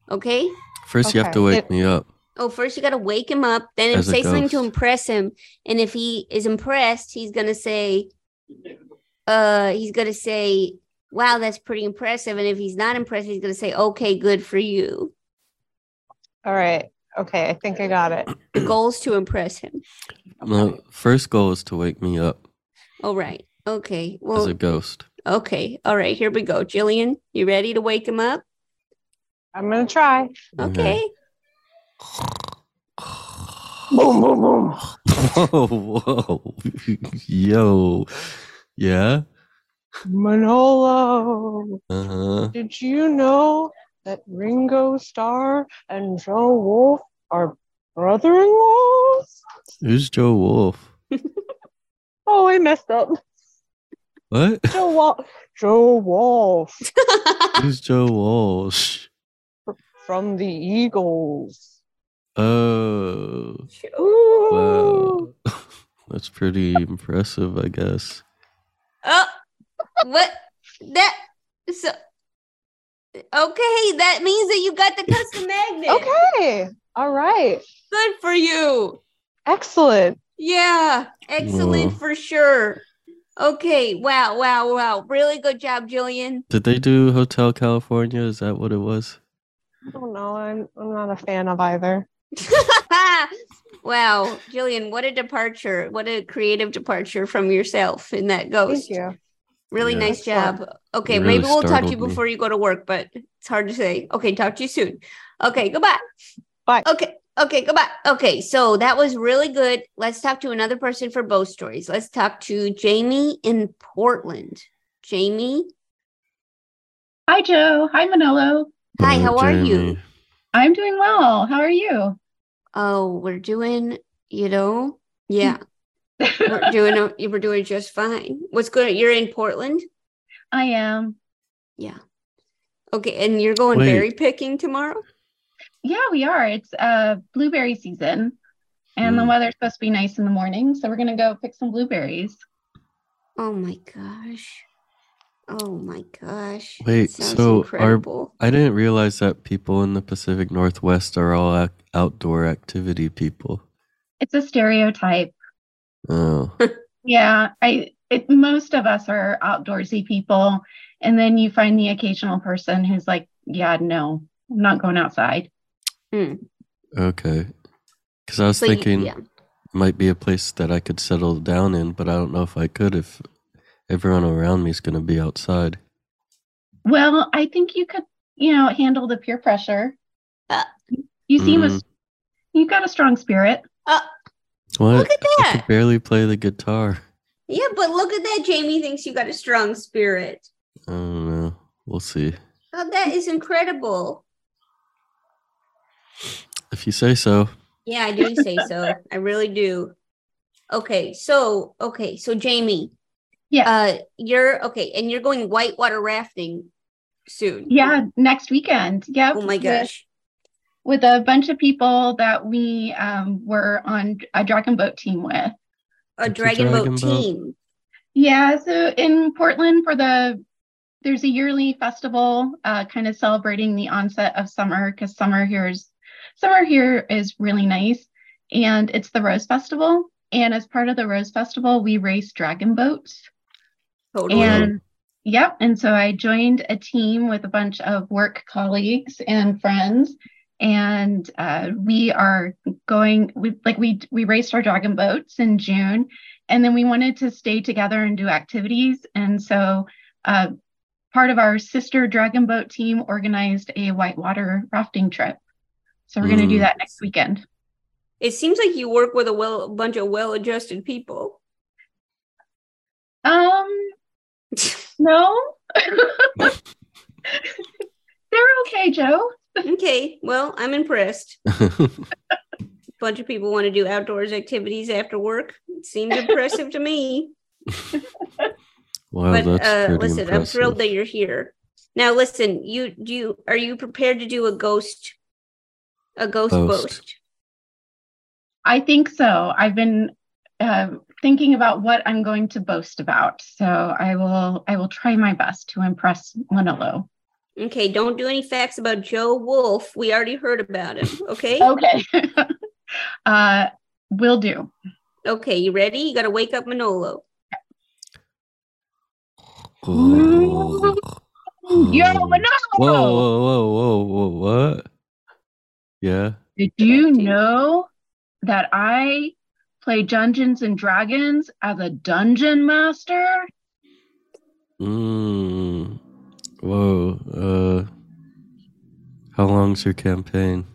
B: Okay?
A: First, you have to wake me up.
B: Oh, first you got to wake him up, then
A: As a
B: say something to
A: ghost.
B: impress him. And if he is impressed, he's going to say, uh, he's going to say, wow, that's pretty impressive. And if he's not impressed, he's going to say, okay, good for you.
I: All right. Okay. I think I got it.
B: The goal's to impress him.
A: My first goal is to wake me up
B: All right. Okay. Well,
A: as a ghost.
B: okay. All right. Here we go. Jillian, you ready to wake him up?
I: I'm going to try.
B: Okay.
I: Boom, boom, boom.
A: Whoa, whoa, yo, yeah,
I: Manolo,
A: uh huh.
I: did you know that Ringo Starr and Joe Wolf are brother in laws?
A: Who's Joe Wolf?
I: Oh, I messed up.
A: What?
I: Joe Wolf. Joe Wolf
A: Who's Joe Walsh?
I: from the Eagles.
A: Oh. Wow. That's pretty impressive, I guess.
B: Oh, what that? So, okay, that means that you got the custom magnet.
I: Okay, all right.
B: Good for you.
I: Excellent.
B: Yeah, excellent
A: Wow.
B: for sure. Okay, wow, wow, wow. Really good job, Jillian.
A: Did they do Hotel California? Is that what it was?
I: I don't know. I'm I'm not a fan of either.
B: wow, Jillian, what a departure. What a creative departure from yourself in that ghost.
I: Thank you.
B: Really
A: Yeah.
B: nice job. Okay,
A: You really
B: maybe we'll talk to you
A: startled me.
B: before you go to work, but it's hard to say. Okay, talk to you soon. Okay, goodbye.
I: Bye.
B: Okay, okay, goodbye. Okay, so that was really good. Let's talk to another person for both stories. Let's talk to Jamie in Portland. Jamie,
J: Hi, Joe. Hi, Manolo.
B: hi, how are you?
J: I'm doing well. How are you?
B: Oh, we're doing, you know, yeah. we're doing o- we're doing just fine. What's good? You're in Portland?
J: I am.
B: Yeah. Okay, and you're going
J: Wait.
B: berry picking tomorrow?
J: Yeah, we are. It's uh, blueberry season, and
A: Hmm.
J: the weather's supposed to be nice in the morning. So we're going to go pick some blueberries.
B: Oh my gosh. Oh my gosh. that
A: Wait,
B: sounds
A: so
B: incredible.
A: are I didn't realize that people in the Pacific Northwest are all ac- outdoor activity people.
J: It's a stereotype.
A: Oh,
J: Yeah, I it, most of us are outdoorsy people, and then you find the occasional person who's like, "Yeah, no, I'm not going outside."
A: okay. Because I was
J: So you-
A: thinking
J: yeah.
A: might be a place that I could settle down in, but I don't know if I could if everyone around me is going to be outside.
J: Well, I think you could, you know, handle the peer pressure. you seem a,
A: Mhm.
J: you've got a strong spirit.
A: What?
B: Look at
A: I
B: that.
A: could barely play the guitar.
B: Yeah, but look at that. Jamie thinks you got a strong spirit.
A: I don't know. We'll see.
B: Oh, that is incredible.
A: If you say so.
B: Yeah, I do say so. I really do. Okay, so okay, so Jamie.
J: Yeah.
B: Uh you're okay, and you're going whitewater rafting soon.
J: Yeah, next weekend. Yep.
B: Oh my
J: with-
B: gosh.
J: With, a bunch of people that we um, were on a dragon boat team with.
B: A dragon, boat,
J: Boat.
B: team.
J: Yeah, so in Portland for the there's a yearly festival uh, kind of celebrating the onset of summer because summer here is summer here is really nice and it's the Rose Festival and as part of the Rose Festival we race dragon boats
B: Totally.
J: and yep and so I joined a team with a bunch of work colleagues and friends and uh, we are going we like we we raced our dragon boats in June and then we wanted to stay together and do activities and so uh, part of our sister dragon boat team organized a whitewater rafting trip so we're going to do
B: Mm.
J: that next weekend
B: It seems like you work with a well a bunch of well adjusted people.
J: um no they're okay joe
B: okay well i'm impressed bunch of people want to do outdoors activities after work it seems impressive to me
A: Wow,
B: but
A: that's
B: uh
A: pretty
B: listen i'm
A: impressive.
B: thrilled that you're here now listen you do you are you prepared to do a ghost a ghost
J: Boast.
B: boast
J: I think so. I've been uh, thinking about what I'm going to boast about, so I will. I will try my best to impress Manolo.
B: okay don't do any facts about joe wolf we already heard about him okay
J: okay Uh, will do.
B: okay you ready you gotta wake up manolo
A: Whoa,
J: Yo, Manolo.
A: whoa, whoa, whoa, whoa, what? Yeah.
J: Did you know that I play Dungeons and Dragons as a dungeon master?
A: Mm. Whoa. Uh, how long's your campaign?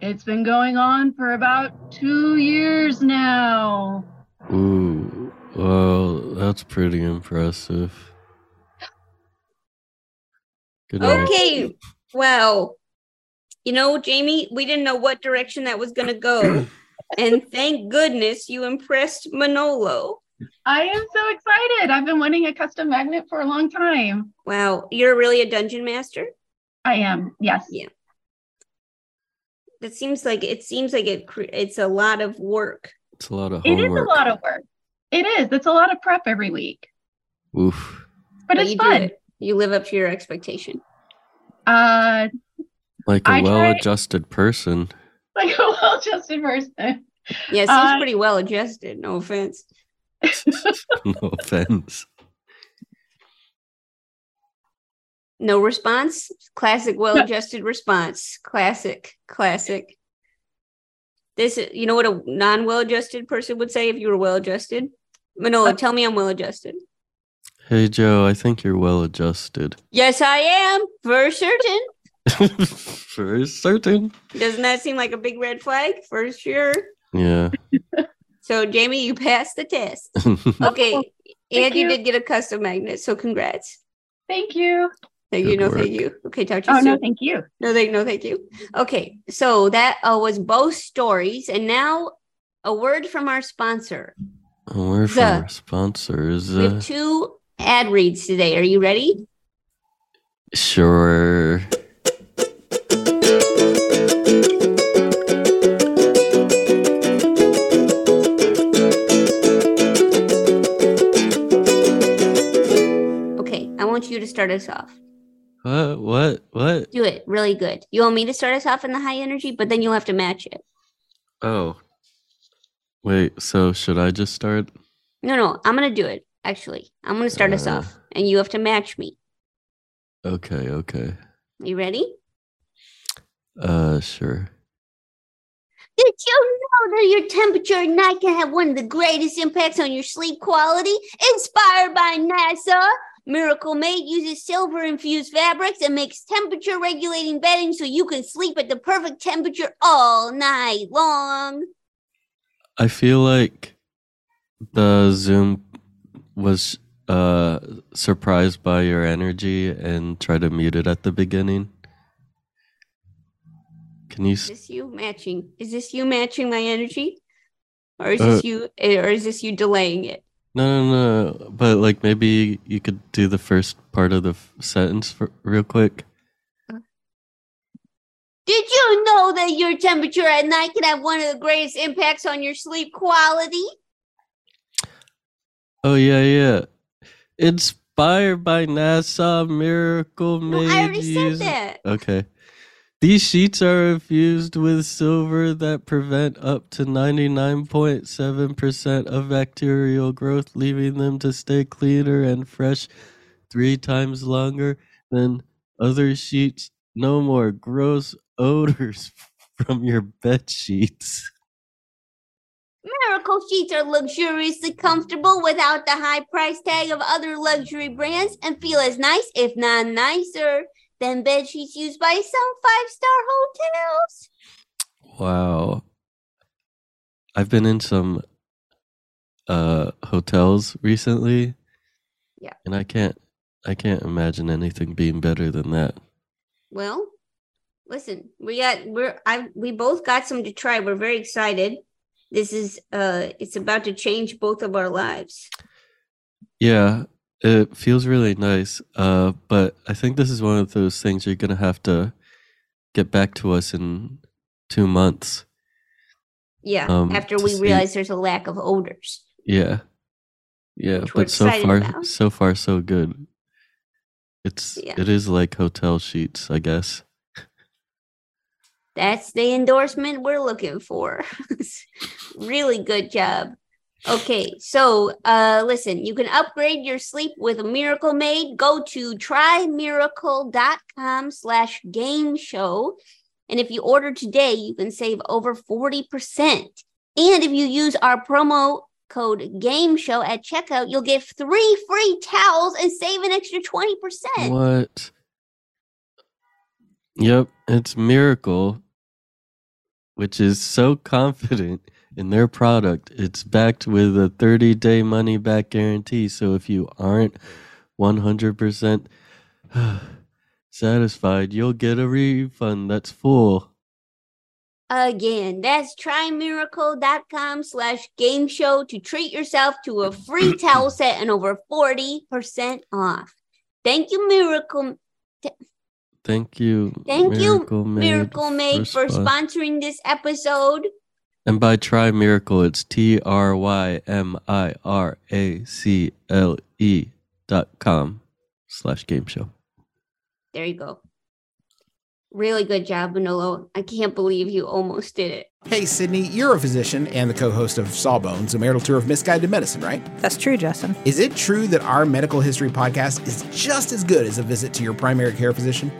J: It's been going on for about two years now.
A: Ooh. Well, that's pretty impressive. Good on you.
B: Okay. Wow. You know, Jamie, we didn't know what direction that was going to go. and thank goodness you impressed Manolo.
J: I am so excited. I've been wanting a custom magnet for a long time.
B: Wow. You're really a dungeon master?
J: I am. Yes.
B: Yeah. That seems like it seems like it. cre- It's a lot of work.
A: It's a lot of
J: It is a
A: homework.
J: lot of work. It is. It's a lot of prep every week,
A: Oof.
J: but it's
B: you do
J: fun.
B: it. You live up to your expectation.
J: Uh,
A: Like
J: I
A: a
J: try-
A: well-adjusted person.
J: like oh, a well-adjusted person.
B: Yeah, it seems
J: Uh,
B: pretty well adjusted. No offense.
A: No offense.
B: No response. Classic well adjusted response. Classic. Classic. This is, you know what a non well adjusted person would say if you were well adjusted?
J: Uh,
B: Manola, tell me I'm well adjusted.
A: Hey Joe, I think you're well-adjusted.
B: Yes, I am. For certain.
A: For certain.
B: Doesn't that seem like a big red flag? For sure.
A: Yeah.
B: So, Jamie, you passed the test. Okay. and you.
J: you.
B: did get a custom magnet. So, congrats.
J: Thank you.
B: Thank you. No, thank you. Okay. Talk to you
J: Oh no,
B: soon.
J: thank you.
B: No, thank no, thank you. Okay, so that uh, was both stories, and now a word from our sponsor.
A: And we're from
B: The-
A: our sponsors.
B: We
A: uh,
B: have two ad reads today. Are you ready?
A: Sure.
B: Okay, I want you to start us off.
A: What? What? What?
B: Do it really good. You want me to start us off in the high energy, but then you'll have to match it.
A: Oh. Wait, so should I just start?
B: No, no, I'm gonna do it. Actually, I'm gonna start us
A: Uh.
B: off, and you have to match me.
A: Okay, okay.
B: You ready?
A: Uh, sure.
B: Did you know that your temperature at night can have one of the greatest impacts on your sleep quality? Inspired by NASA, Miracle Mate uses silver infused fabrics and makes temperature regulating bedding so you can sleep at the perfect temperature all night long.
A: I feel like the Zoom was uh surprised by your energy and tried to mute it at the beginning. Can you?
B: Is
A: s
B: this you matching? Is this you matching my energy? Or is
A: Uh,
B: this you or is this you delaying it?
A: No, no, no. But like, maybe you could do the first part of the f- sentence for, real quick.
B: Did you know that your temperature at night can have one of the greatest impacts on your sleep quality?
A: Oh yeah, yeah. Inspired by NASA miracle made.
B: I already said
A: using-
B: that.
A: Okay. These sheets are infused with silver that prevent up to 99.7% of bacterial growth, leaving them to stay cleaner and fresh three times longer than other sheets. No more gross odors from your bed sheets.
B: Miracle sheets are luxuriously comfortable without the high price tag of other luxury brands and feel as nice, if not nicer, than bed sheets used by some five star hotels.
A: Wow. I've been in some uh hotels recently.
B: Yeah.
A: And I can't I can't imagine anything being better than that.
B: Well, listen, we got we're I we both got some to try. We're very excited. This is uh it's about to change both of our lives.
A: Yeah, it feels really nice. Uh but I think this is one of those things you're going to have to get back to us in 2 months.
B: Yeah,
A: Um,
B: after
A: to
B: we
A: see-
B: realize there's a lack of odors.
A: Yeah. Yeah,
B: Which we're
A: but so
B: excited
A: far
B: about.
A: so far so good. It's
B: Yeah.
A: it is like hotel sheets, I guess.
B: That's the endorsement we're looking for. really good job. Okay, so uh, listen, you can upgrade your sleep with a Miracle Made. Go to trymiracle.com slash game show. And if you order today, you can save over 40%. And if you use our promo code game show at checkout, you'll get three free towels and save an extra 20%.
A: What? Yep, it's Miracle, which is so confident in their product. It's backed with a 30 day money back guarantee. So if you aren't 100% satisfied, you'll get a refund that's full.
B: Again, that's trymiracle.com slash game show to treat yourself to a free towel set and over 40% off. Thank you, Miracle.
A: Thank you.
B: Thank
A: Miracle
B: you,
A: Maid,
B: Miracle Maid, for,
A: spon-
B: sponsoring this episode.
A: And by try miracle, it's T R Y M I R A C L E dot com slash game show.
B: There you go. Really good job, Manolo. I can't believe you almost did it.
K: Hey, Sydney, you're a physician and the co host of Sawbones, a marital tour of misguided medicine, right? That's true, Justin. Is it true that our medical history podcast is just as good as a visit to your primary care physician?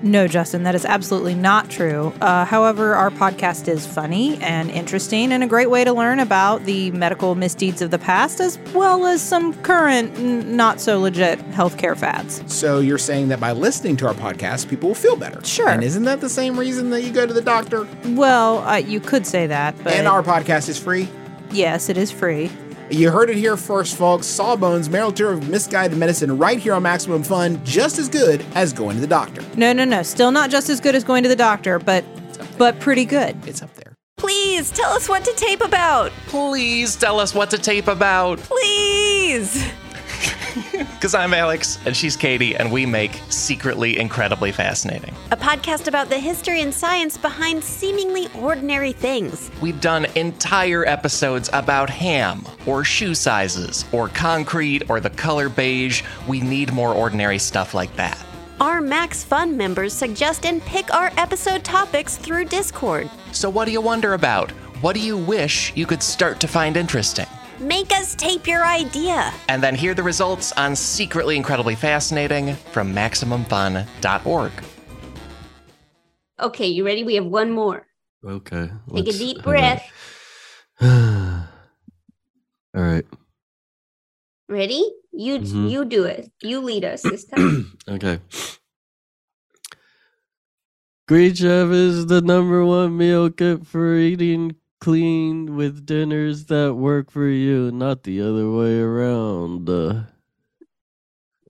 L: No, Justin, that is absolutely not true. Uh, however, our podcast is funny and interesting and a great way to learn about the medical misdeeds of the past as well as some current, n- not so legit healthcare fads.
K: So you're saying that by listening to our podcast, people will feel better. Sure. And isn't that the same reason that you go to the doctor?
L: Well, uh, you could say that, but.
K: And our podcast is free?
L: Yes, it is free.
K: You heard it here first, folks. Sawbones, marital tour of misguided medicine, right here on Maximum Fun, just as good as going to the doctor.
L: No, no, no. Still not just as good as going to the doctor, but but pretty good.
K: It's up there.
L: Please tell us what to tape about.
M: Please tell us what to tape about.
L: Please.
M: Because I'm Alex and she's Katie, and we make secretly incredibly fascinating.
N: A podcast about the history and science behind seemingly ordinary things.
M: We've done entire episodes about ham, or shoe sizes, or concrete, or the color beige. We need more ordinary stuff like that.
N: Our Max Fun members suggest and pick our episode topics through Discord.
M: So, what do you wonder about? What do you wish you could start to find interesting?
N: Make us tape your idea.
M: And then hear the results on Secretly Incredibly Fascinating from MaximumFun.org.
B: Okay, you ready? We have one more.
A: Okay.
B: Take
A: let's-
B: a deep
A: hold on.
B: breath.
A: All right.
B: Ready? You
A: Mhm.
B: you do it. You lead us this time.
A: Okay. Green Chef is the number one meal kit for eating clean with dinners that work for you, not the other way around. Uh,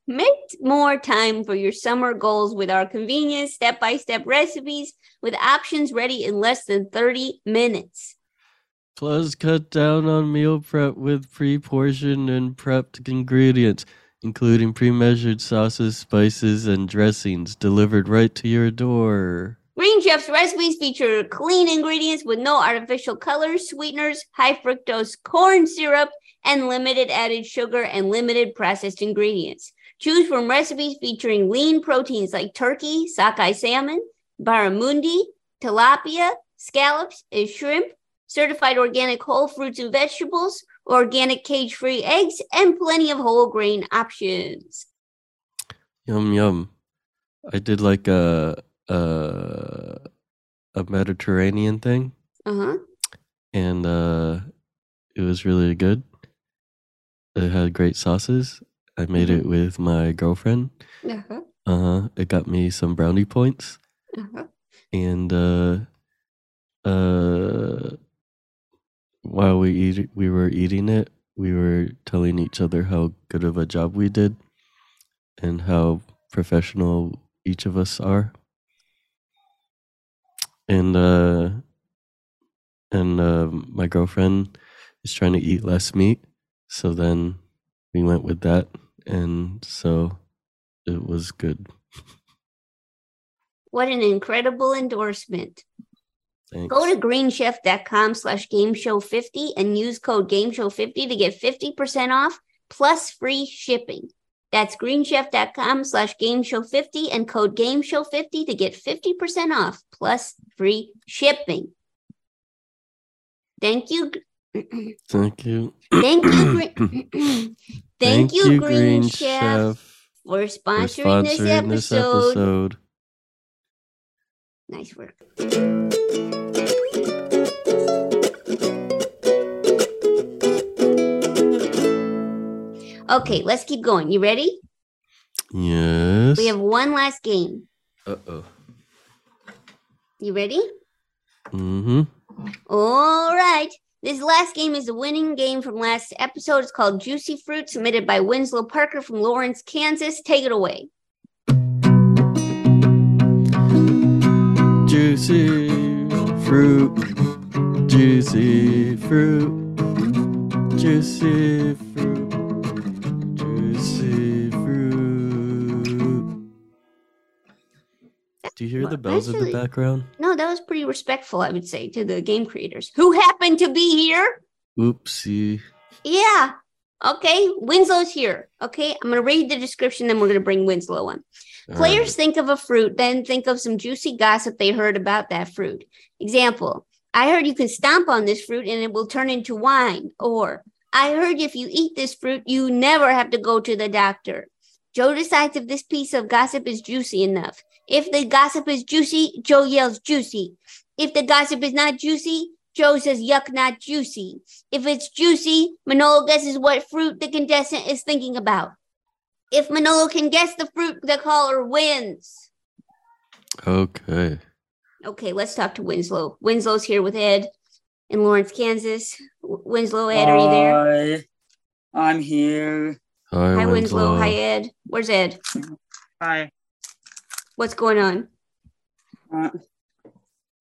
B: Make more time for your summer goals with our convenient step-by-step recipes with options ready in less than 30 minutes.
A: plus, cut down on meal prep with pre portioned and prepped ingredients, including pre measured sauces, spices, and dressings delivered right to your door.
B: Green Chef's recipes feature clean ingredients with no artificial colors, sweeteners, high fructose corn syrup, and limited added sugar and limited processed ingredients. Choose from recipes featuring lean proteins like turkey, sockeye salmon, barramundi, tilapia, scallops, and shrimp, certified organic whole fruits and vegetables, organic cage free eggs, and plenty of whole grain options.
A: Yum yum. I did like a a a Mediterranean thing,
B: Uh huh.
A: and uh, it was really good. It had great sauces. I made it with my girlfriend.
B: Uh huh.
A: Uh huh. It got me some brownie points,
B: Uh huh.
A: and uh, uh, while we eat, we were eating it. We were telling each other how good of a job we did, and how professional each of us are. and uh and uh, my girlfriend is trying to eat less meat so then we went with that and so it was good
B: What an incredible endorsement.
A: Thanks.
B: Go to greenchef.com slash game show 50 and use code game show 50 to get 50% off plus free shipping. That's greenchef.com slash game show 50 and code game show 50 to get 50% off plus free shipping. Thank you.
A: thank you
B: Thank you. Green, thank, you, Green, Chef, for
A: for
B: sponsoring, this,
A: sponsoring this
B: episode.
A: episode
B: Nice work. Okay, let's keep going. You ready?
A: yes
B: We have one last game.
A: uh-oh
B: You ready?
A: mm-hmm
B: All right. This last game is the winning game from last episode. It's called Juicy Fruit, submitted by Winslow Parker from Lawrence, Kansas. Take it away.
A: Juicy fruit, juicy fruit, juicy fruit, juicy fruit. Do you hear the bells in the
B: actually-
A: background?
B: No, that was pretty respectful, I would say, to the game creators who happen to be here.
A: Oopsie.
B: Yeah. Okay. Winslow's here. Okay. I'm going to read the description, then we're going to bring Winslow on. Players think of a fruit, then think of some juicy gossip they heard about that fruit. Example I heard you can stomp on this fruit and it will turn into wine. Or I heard if you eat this fruit, you never have to go to the doctor. Joe decides if this piece of gossip is juicy enough. If the gossip is juicy, Joe yells juicy. If the gossip is not juicy, Joe says yuck, not juicy. If it's juicy, Manolo guesses what fruit the contestant is thinking about. If Manolo can guess the fruit, the caller wins.
A: Okay.
B: Okay, let's talk to Winslow. Winslow's here with Ed in Lawrence, Kansas. W- Winslow, Ed, are you there?
O: Hi. I'm here.
A: Hi,
B: Hi, Winslow. Hi, Ed. Where's Ed?
O: Hi.
B: What's going on?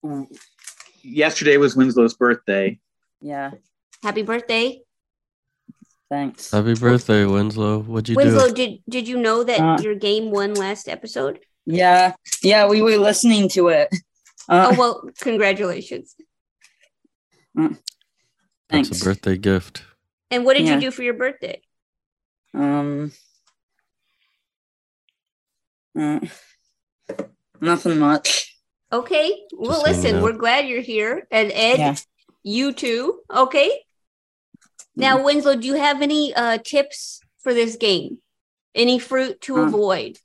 O: Uh,
P: Yesterday was Winslow's birthday.
O: yeah,
B: Happy birthday.
O: thanks.
A: Happy birthday, Winslow. What'd you
B: Winslow,
A: do?
B: did did you know that
O: Uh,
B: your game won last episode?
O: Yeah, yeah, we were listening to it. Uh,
B: oh well, congratulations.
A: That's a birthday gift.
B: And what did
O: Yeah.
B: you do for your birthday?
O: Um, uh, nothing much.
B: Okay. Well,
O: Just hanging
B: listen,
O: out.
B: we're glad you're here. And Ed,
O: Yeah.
B: you too. Okay.
O: Mm-hmm.
B: Now, Winslow, do you have any uh, tips for this game? Any fruit to
O: Uh,
B: avoid?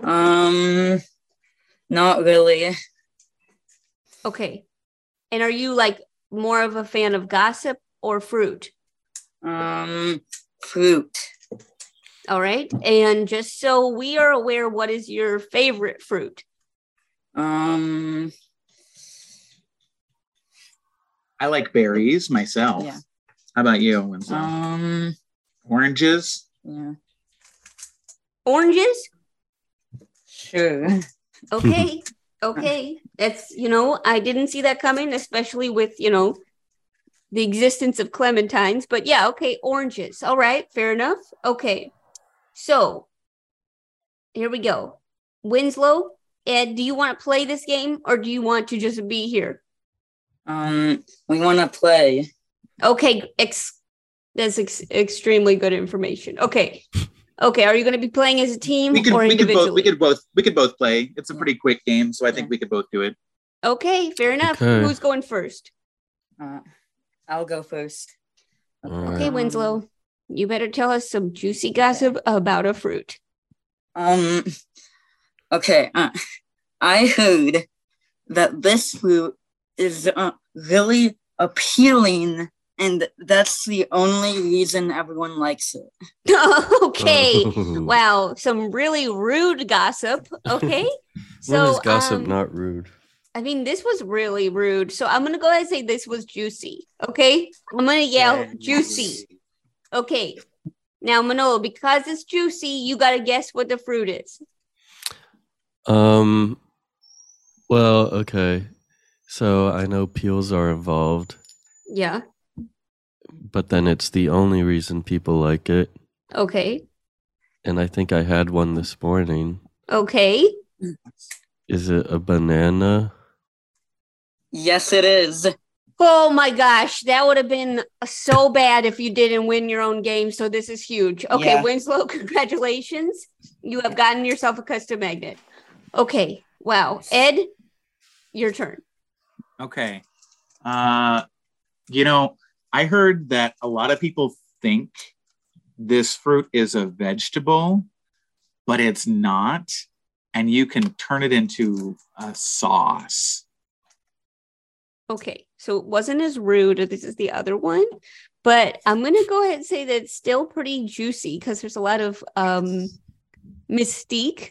O: Um, not really.
B: Okay. And are you like more of a fan of gossip or fruit?
O: Um, fruit.
B: All right. And just so we are aware, what is your favorite fruit?
O: Um,
P: I like berries myself.
O: Yeah.
P: How about you, Winslow?
O: um,
P: Oranges?
O: yeah,
B: Oranges?
O: sure.
B: Okay. okay. That's, you know, I didn't see that coming, especially with, you know, the existence of clementines. But yeah, okay. Oranges. All right. Fair enough. Okay. So here we go. Winslow, Ed, do you want to play this game or do you want to just be here?
O: Um, we want to play.
B: Okay. Ex- that's ex- extremely good information. Okay. Okay. Are you going to be playing as a team
P: We could
B: or
P: we could
B: individually?
P: both we could both we could both play. It's a pretty quick game, so I think we could both do it.
B: okay. Fair enough.
P: Okay.
B: Who's going first?
O: Uh, I'll go first.
B: Okay, Winslow, you better tell us some juicy gossip about a fruit.
O: Um, okay. Uh, I heard that this fruit is uh, really appealing, and that's the only reason everyone likes it.
B: okay. Wow, some really rude gossip. Okay.
A: when
B: so
A: is gossip
B: um,
A: not rude?
B: I mean, this was really rude. So I'm gonna go ahead and say this was juicy. Okay. I'm gonna yell juicy. Okay. Now, Manolo, because it's juicy, you gotta guess what the fruit is.
A: Um. Well, okay. So I know peels are involved,
B: Yeah.
A: but then it's the only reason people like it.
B: Okay.
A: And I think I had one this morning.
B: Okay.
A: Is it a banana?
O: Yes, it is.
B: Oh my gosh, that would have been so bad if you didn't win your own game. So this is huge. Okay,
O: Yeah.
B: Winslow, congratulations. You have gotten yourself a custom magnet. Okay, wow. Ed, your turn.
P: Okay. Uh, you know, I heard that a lot of people think this fruit is a vegetable, but it's not. And you can turn it into a sauce.
B: Okay, so it wasn't as rude as this is the other one, but I'm gonna go ahead and say that it's still pretty juicy because there's a lot of um mystique.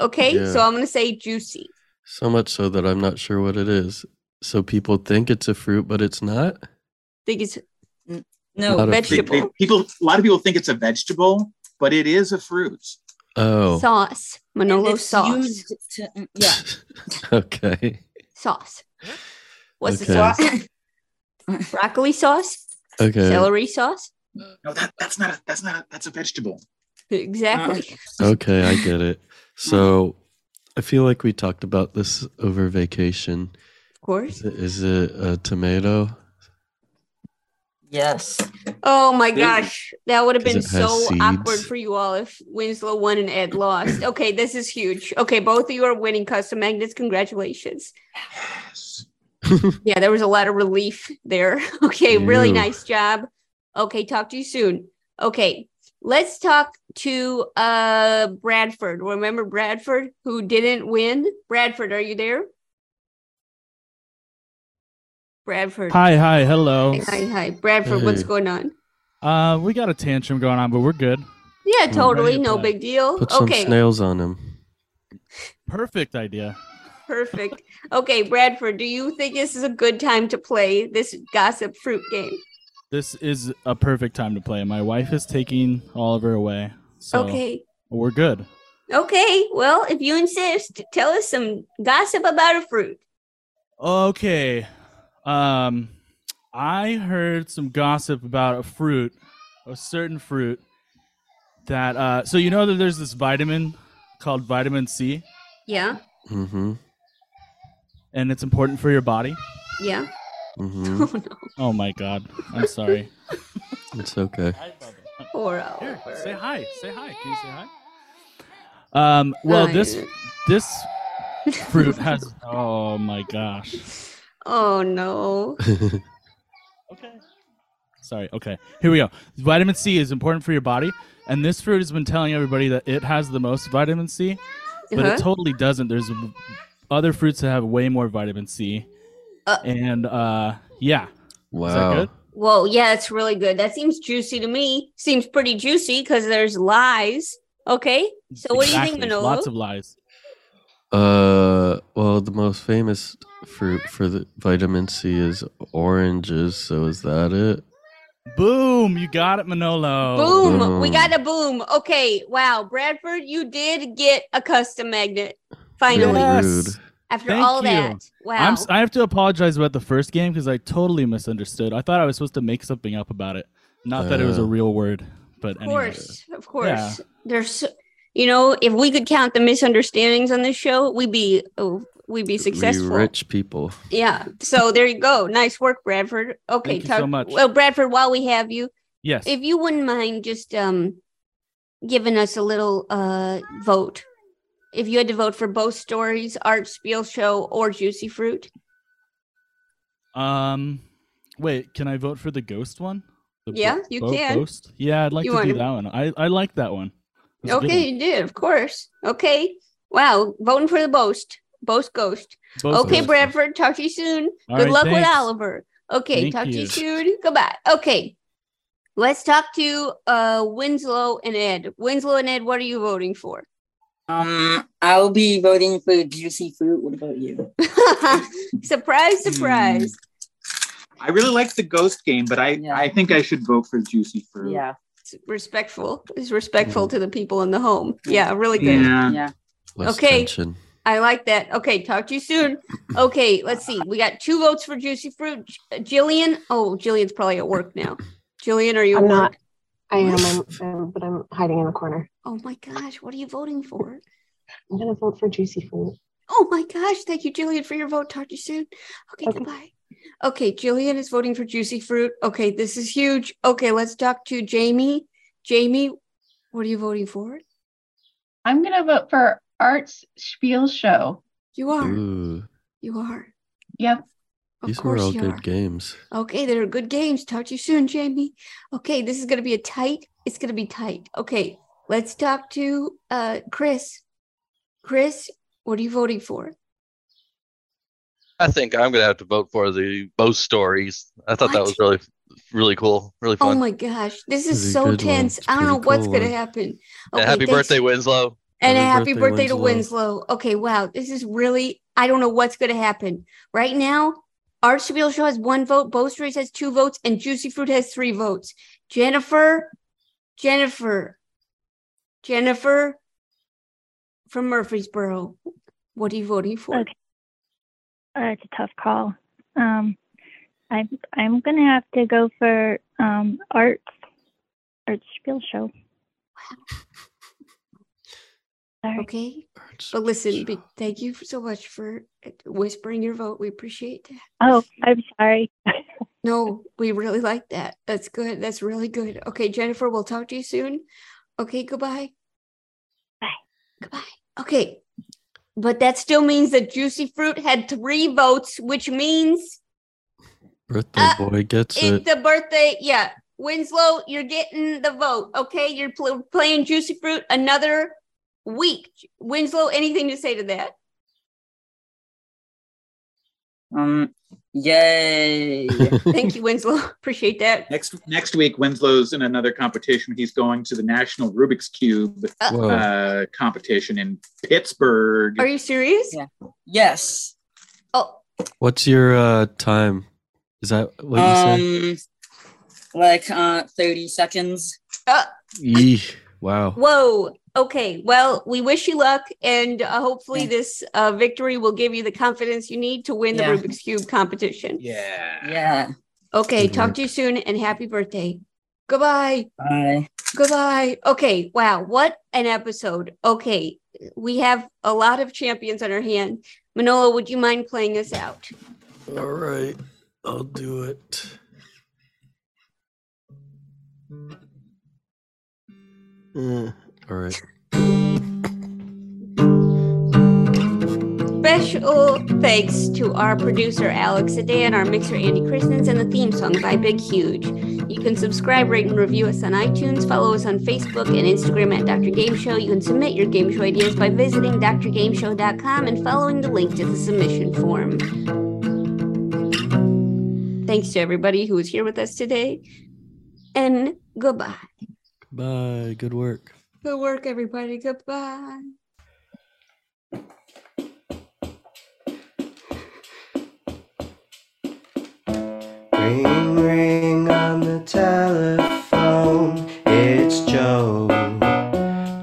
B: Okay,
A: Yeah.
B: so I'm gonna say juicy.
A: So much so that I'm not sure what it is. So people think it's a fruit, but it's not.
B: think it's n-
A: A
B: no
A: lot of
B: vegetable.
P: People, people, a lot of people think it's a vegetable, but it is a fruit.
A: Oh,
B: sauce manolo sauce
P: mm,
B: yeah
A: okay.
B: sauce what's
A: Okay.
B: the sauce broccoli sauce
A: Okay.
B: celery sauce
P: No, that, that's not a, Uh, that's not a, that's a vegetable.
B: exactly
A: Okay, I get it. So I feel like we talked about this over vacation.
B: Of course.
A: Is it, is it a tomato?
O: Yes.
B: Oh my
A: Yeah.
B: gosh, that would have been
A: Because
B: so
A: it has seeds.
B: awkward for you all if Winslow won and Ed lost. Okay, this is huge. Okay, both of you are winning custom magnets. Congratulations. yeah, there was a lot of relief there. Okay, really
N: Ew.
B: nice job. Okay, talk to you soon. Okay, let's talk to uh Bradford. Remember Bradford who didn't win? Bradford, are you there? Bradford.
E: Hi, hi, hello.
B: Hi, hi, hi. Bradford, what's
E: Hey.
B: going on?
E: Uh, we got a tantrum going on, but we're good.
B: Yeah,
E: Mm.
B: totally.
E: Right,
B: No
E: but-
B: big deal.
A: Put some
B: Oh, okay,
A: snails on him.
E: Perfect idea.
B: perfect. Okay, Bradford, do you think this is a good time to play this gossip fruit game?
E: This is a perfect time to play. My wife is taking Oliver away. So
B: Okay.
E: We're good.
B: Okay, well, if you insist, tell us some gossip about a fruit.
E: Okay. Um, I heard some gossip about a fruit, a certain fruit that. Uh, so you know that there's this vitamin called vitamin C,
B: Yeah,
A: Mm-hmm.
E: and it's important for your body.
B: yeah.
A: Mm-hmm.
B: Oh, no.
E: Oh my God! I'm sorry.
A: It's okay.
B: Poor
E: Here,
B: Oliver.
E: say hi. Say hi. Can you say hi? Um, well, this this fruit has. Oh my gosh.
B: Oh, no.
E: Sorry. Okay. Here we go. Vitamin C is important for your body, and this fruit has been telling everybody that it has the most vitamin C, but
B: Uh-huh.
E: it totally doesn't. There's w- other fruits that have way more vitamin C,
B: Uh.
E: and uh, yeah. Is that
A: Wow.
E: good?
B: Whoa, yeah, it's really good. That seems juicy to me. Seems pretty juicy because there's lies. Okay, so what do you
E: Exactly.
B: think, Manolo?
E: Lots of lies.
A: Uh, well, the most famous fruit for the vitamin C is oranges. So is that it?
E: Boom! You got it, Manolo.
B: Boom.
A: Oh.
B: We got a boom. Okay. Wow. Bradford, you did get a custom magnet. Finally.
E: Yes.
B: After
E: Thank
B: all
E: you.
B: that. Wow.
E: I'm, s- I have to apologize about the first game because I totally misunderstood. I thought I was supposed to make something up about it, not that it was a
A: Uh.
E: real word. But
B: of
E: anyway.
B: course. Of course.
E: Yeah.
B: There's so- you know, if we could count the misunderstandings on this show, we'd be oh, we'd be
A: We
B: successful.
A: rich people.
B: Yeah. So there you go. Nice work, Bradford. Okay,
A: Thank you so much.
B: Well, Bradford, while we have you,
E: Yes.
B: if you wouldn't mind just um giving us a little uh vote. If you had to vote for both stories, Art Spiel Show or Juicy Fruit.
E: Um, wait, can I vote for the ghost one? The
B: Yeah, you can.
E: Ghost? Yeah, I'd like
B: You
E: to do
B: wanna-
E: that one. I I like that one. That's a good
B: Okay,
E: one.
B: you did, of course. Okay. Wow, voting for the boast. Boast ghost.
E: Boast
B: okay,
E: ghost.
B: Bradford, talk to you soon.
E: All
B: Good
E: right,
B: luck with
E: thanks.
B: Oliver. Okay,
E: Thank
B: talk to you
E: you.
B: soon. Goodbye. Okay. Let's talk to uh Winslow and Ed. Winslow and Ed, what are you voting for?
O: Um, I'll be voting for Juicy Fruit. What about you?
B: Surprise, surprise.
P: I really like the ghost game, but I, I think I should vote for Juicy Fruit.
B: It's respectful. It's
A: Mm.
B: respectful to the people in the home. Yeah, really good.
P: Yeah.
A: Less
B: Okay.
A: tension.
B: I like that. Okay, talk to you soon. Okay, let's see. We got two votes for Juicy Fruit. J- Jillian. Oh, Jillian's probably at work now. Jillian, are you
I: I'm
B: at
I: not.
B: work?
I: I am, I'm, I'm- but I'm hiding in the corner.
B: Oh my gosh, what are you voting for?
I: I'm gonna vote for Juicy Fruit.
B: Oh my gosh, thank you, Jillian, for your vote. Talk to you soon. Okay, goodbye. Okay, Jillian is voting for Juicy Fruit. Okay, this is huge. Okay, let's talk to Jamie. Jamie, what are you voting for?
J: I'm gonna vote for Arts Spiel Show.
B: You are.
A: Ooh,
B: You are.
J: Yep.
A: these were all
B: you
A: good
B: are.
A: games.
B: Okay, there are good games. Talk to you soon, Jamie. Okay, this is gonna be a tight. It's gonna be tight. Okay, let's talk to uh Chris. Chris, what are you voting for?
G: I think I'm gonna have to vote for the both stories. I thought that was really, really cool, really
B: Oh
G: fun.
B: my gosh, this
G: This is
B: is
G: a
B: so
G: good one.
B: tense.
G: It's
B: I don't know
G: pretty
B: what's
G: cool
B: gonna
G: one.
B: happen.
G: And happy
B: thanks-
G: birthday, Winslow!
B: And a happy birthday to Winslow. Okay, wow, this is really I don't know what's gonna happen. Right now, Art Spiel Show has one vote, Bow Street has two votes, and Juicy Fruit has three votes. Jennifer, Jennifer, Jennifer from Murfreesboro. What are you voting for?
H: Uh, it's a tough call. Um, I'm I'm gonna have to go for um arts arts spiel show.
B: Okay. But listen, be- thank you so much for whispering your vote. We appreciate that.
H: Oh, I'm sorry.
B: No, we really like that. That's good. That's really good. Okay, Jennifer, we'll talk to you soon. Okay, goodbye. Bye. Goodbye. Okay. But that still means that Juicy Fruit had three votes, which means
A: Birthday
B: Uh,
A: boy gets
B: it,
A: it.
B: the birthday. Yeah. Winslow, you're getting the vote. Okay. You're pl- playing Juicy Fruit another week. Winslow, anything to say to that?
O: Um, yay!
B: Thank you, Winslow. Appreciate that.
P: Next next week, Winslow's in another competition. He's going to the National Rubik's Cube
B: Whoa.
P: uh, competition in Pittsburgh.
B: Are you serious?
O: Yeah. Yes.
A: What's your uh, time? Is that what you
O: um, like uh, thirty seconds.
B: Uh,
A: said? Yeesh. Wow.
B: Whoa. Okay. Well, we wish you luck, and uh, hopefully, this uh, victory will give you the confidence you need to win
O: Yeah.
B: the Rubik's Cube competition.
P: Yeah.
O: Yeah.
B: Okay.
O: Good
B: talk
O: work.
B: to you soon, and happy birthday. Goodbye.
O: Bye.
B: Goodbye. Okay. Wow. What an episode. Okay. We have a lot of champions on our hand. Manolo, would you mind playing us out?
A: All right. I'll do it. Uh, all right.
B: Special thanks to our producer Alex Sedan, our mixer Andy Christens, and the theme song by Big Huge. You can subscribe, rate, and review us on iTunes. Follow us on Facebook and Instagram at Dr. Game Show. You can submit your game show ideas by visiting drgameshow.com and following the link to the submission form. Thanks to everybody who was here with us today, and goodbye.
A: Bye. Good work.
B: Good work, everybody. Goodbye.
Q: Ring, ring on the telephone. It's Joe,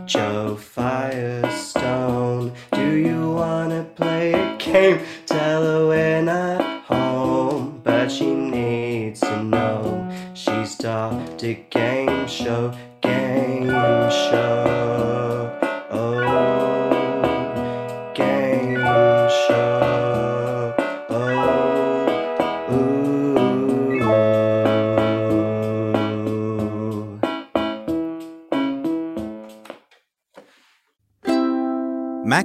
Q: Joe Firestone. Do you wanna play a game? Tell her we're not home, but she needs to know. She's Dr. Game Show, Game Show. Oh, Game Show. Oh.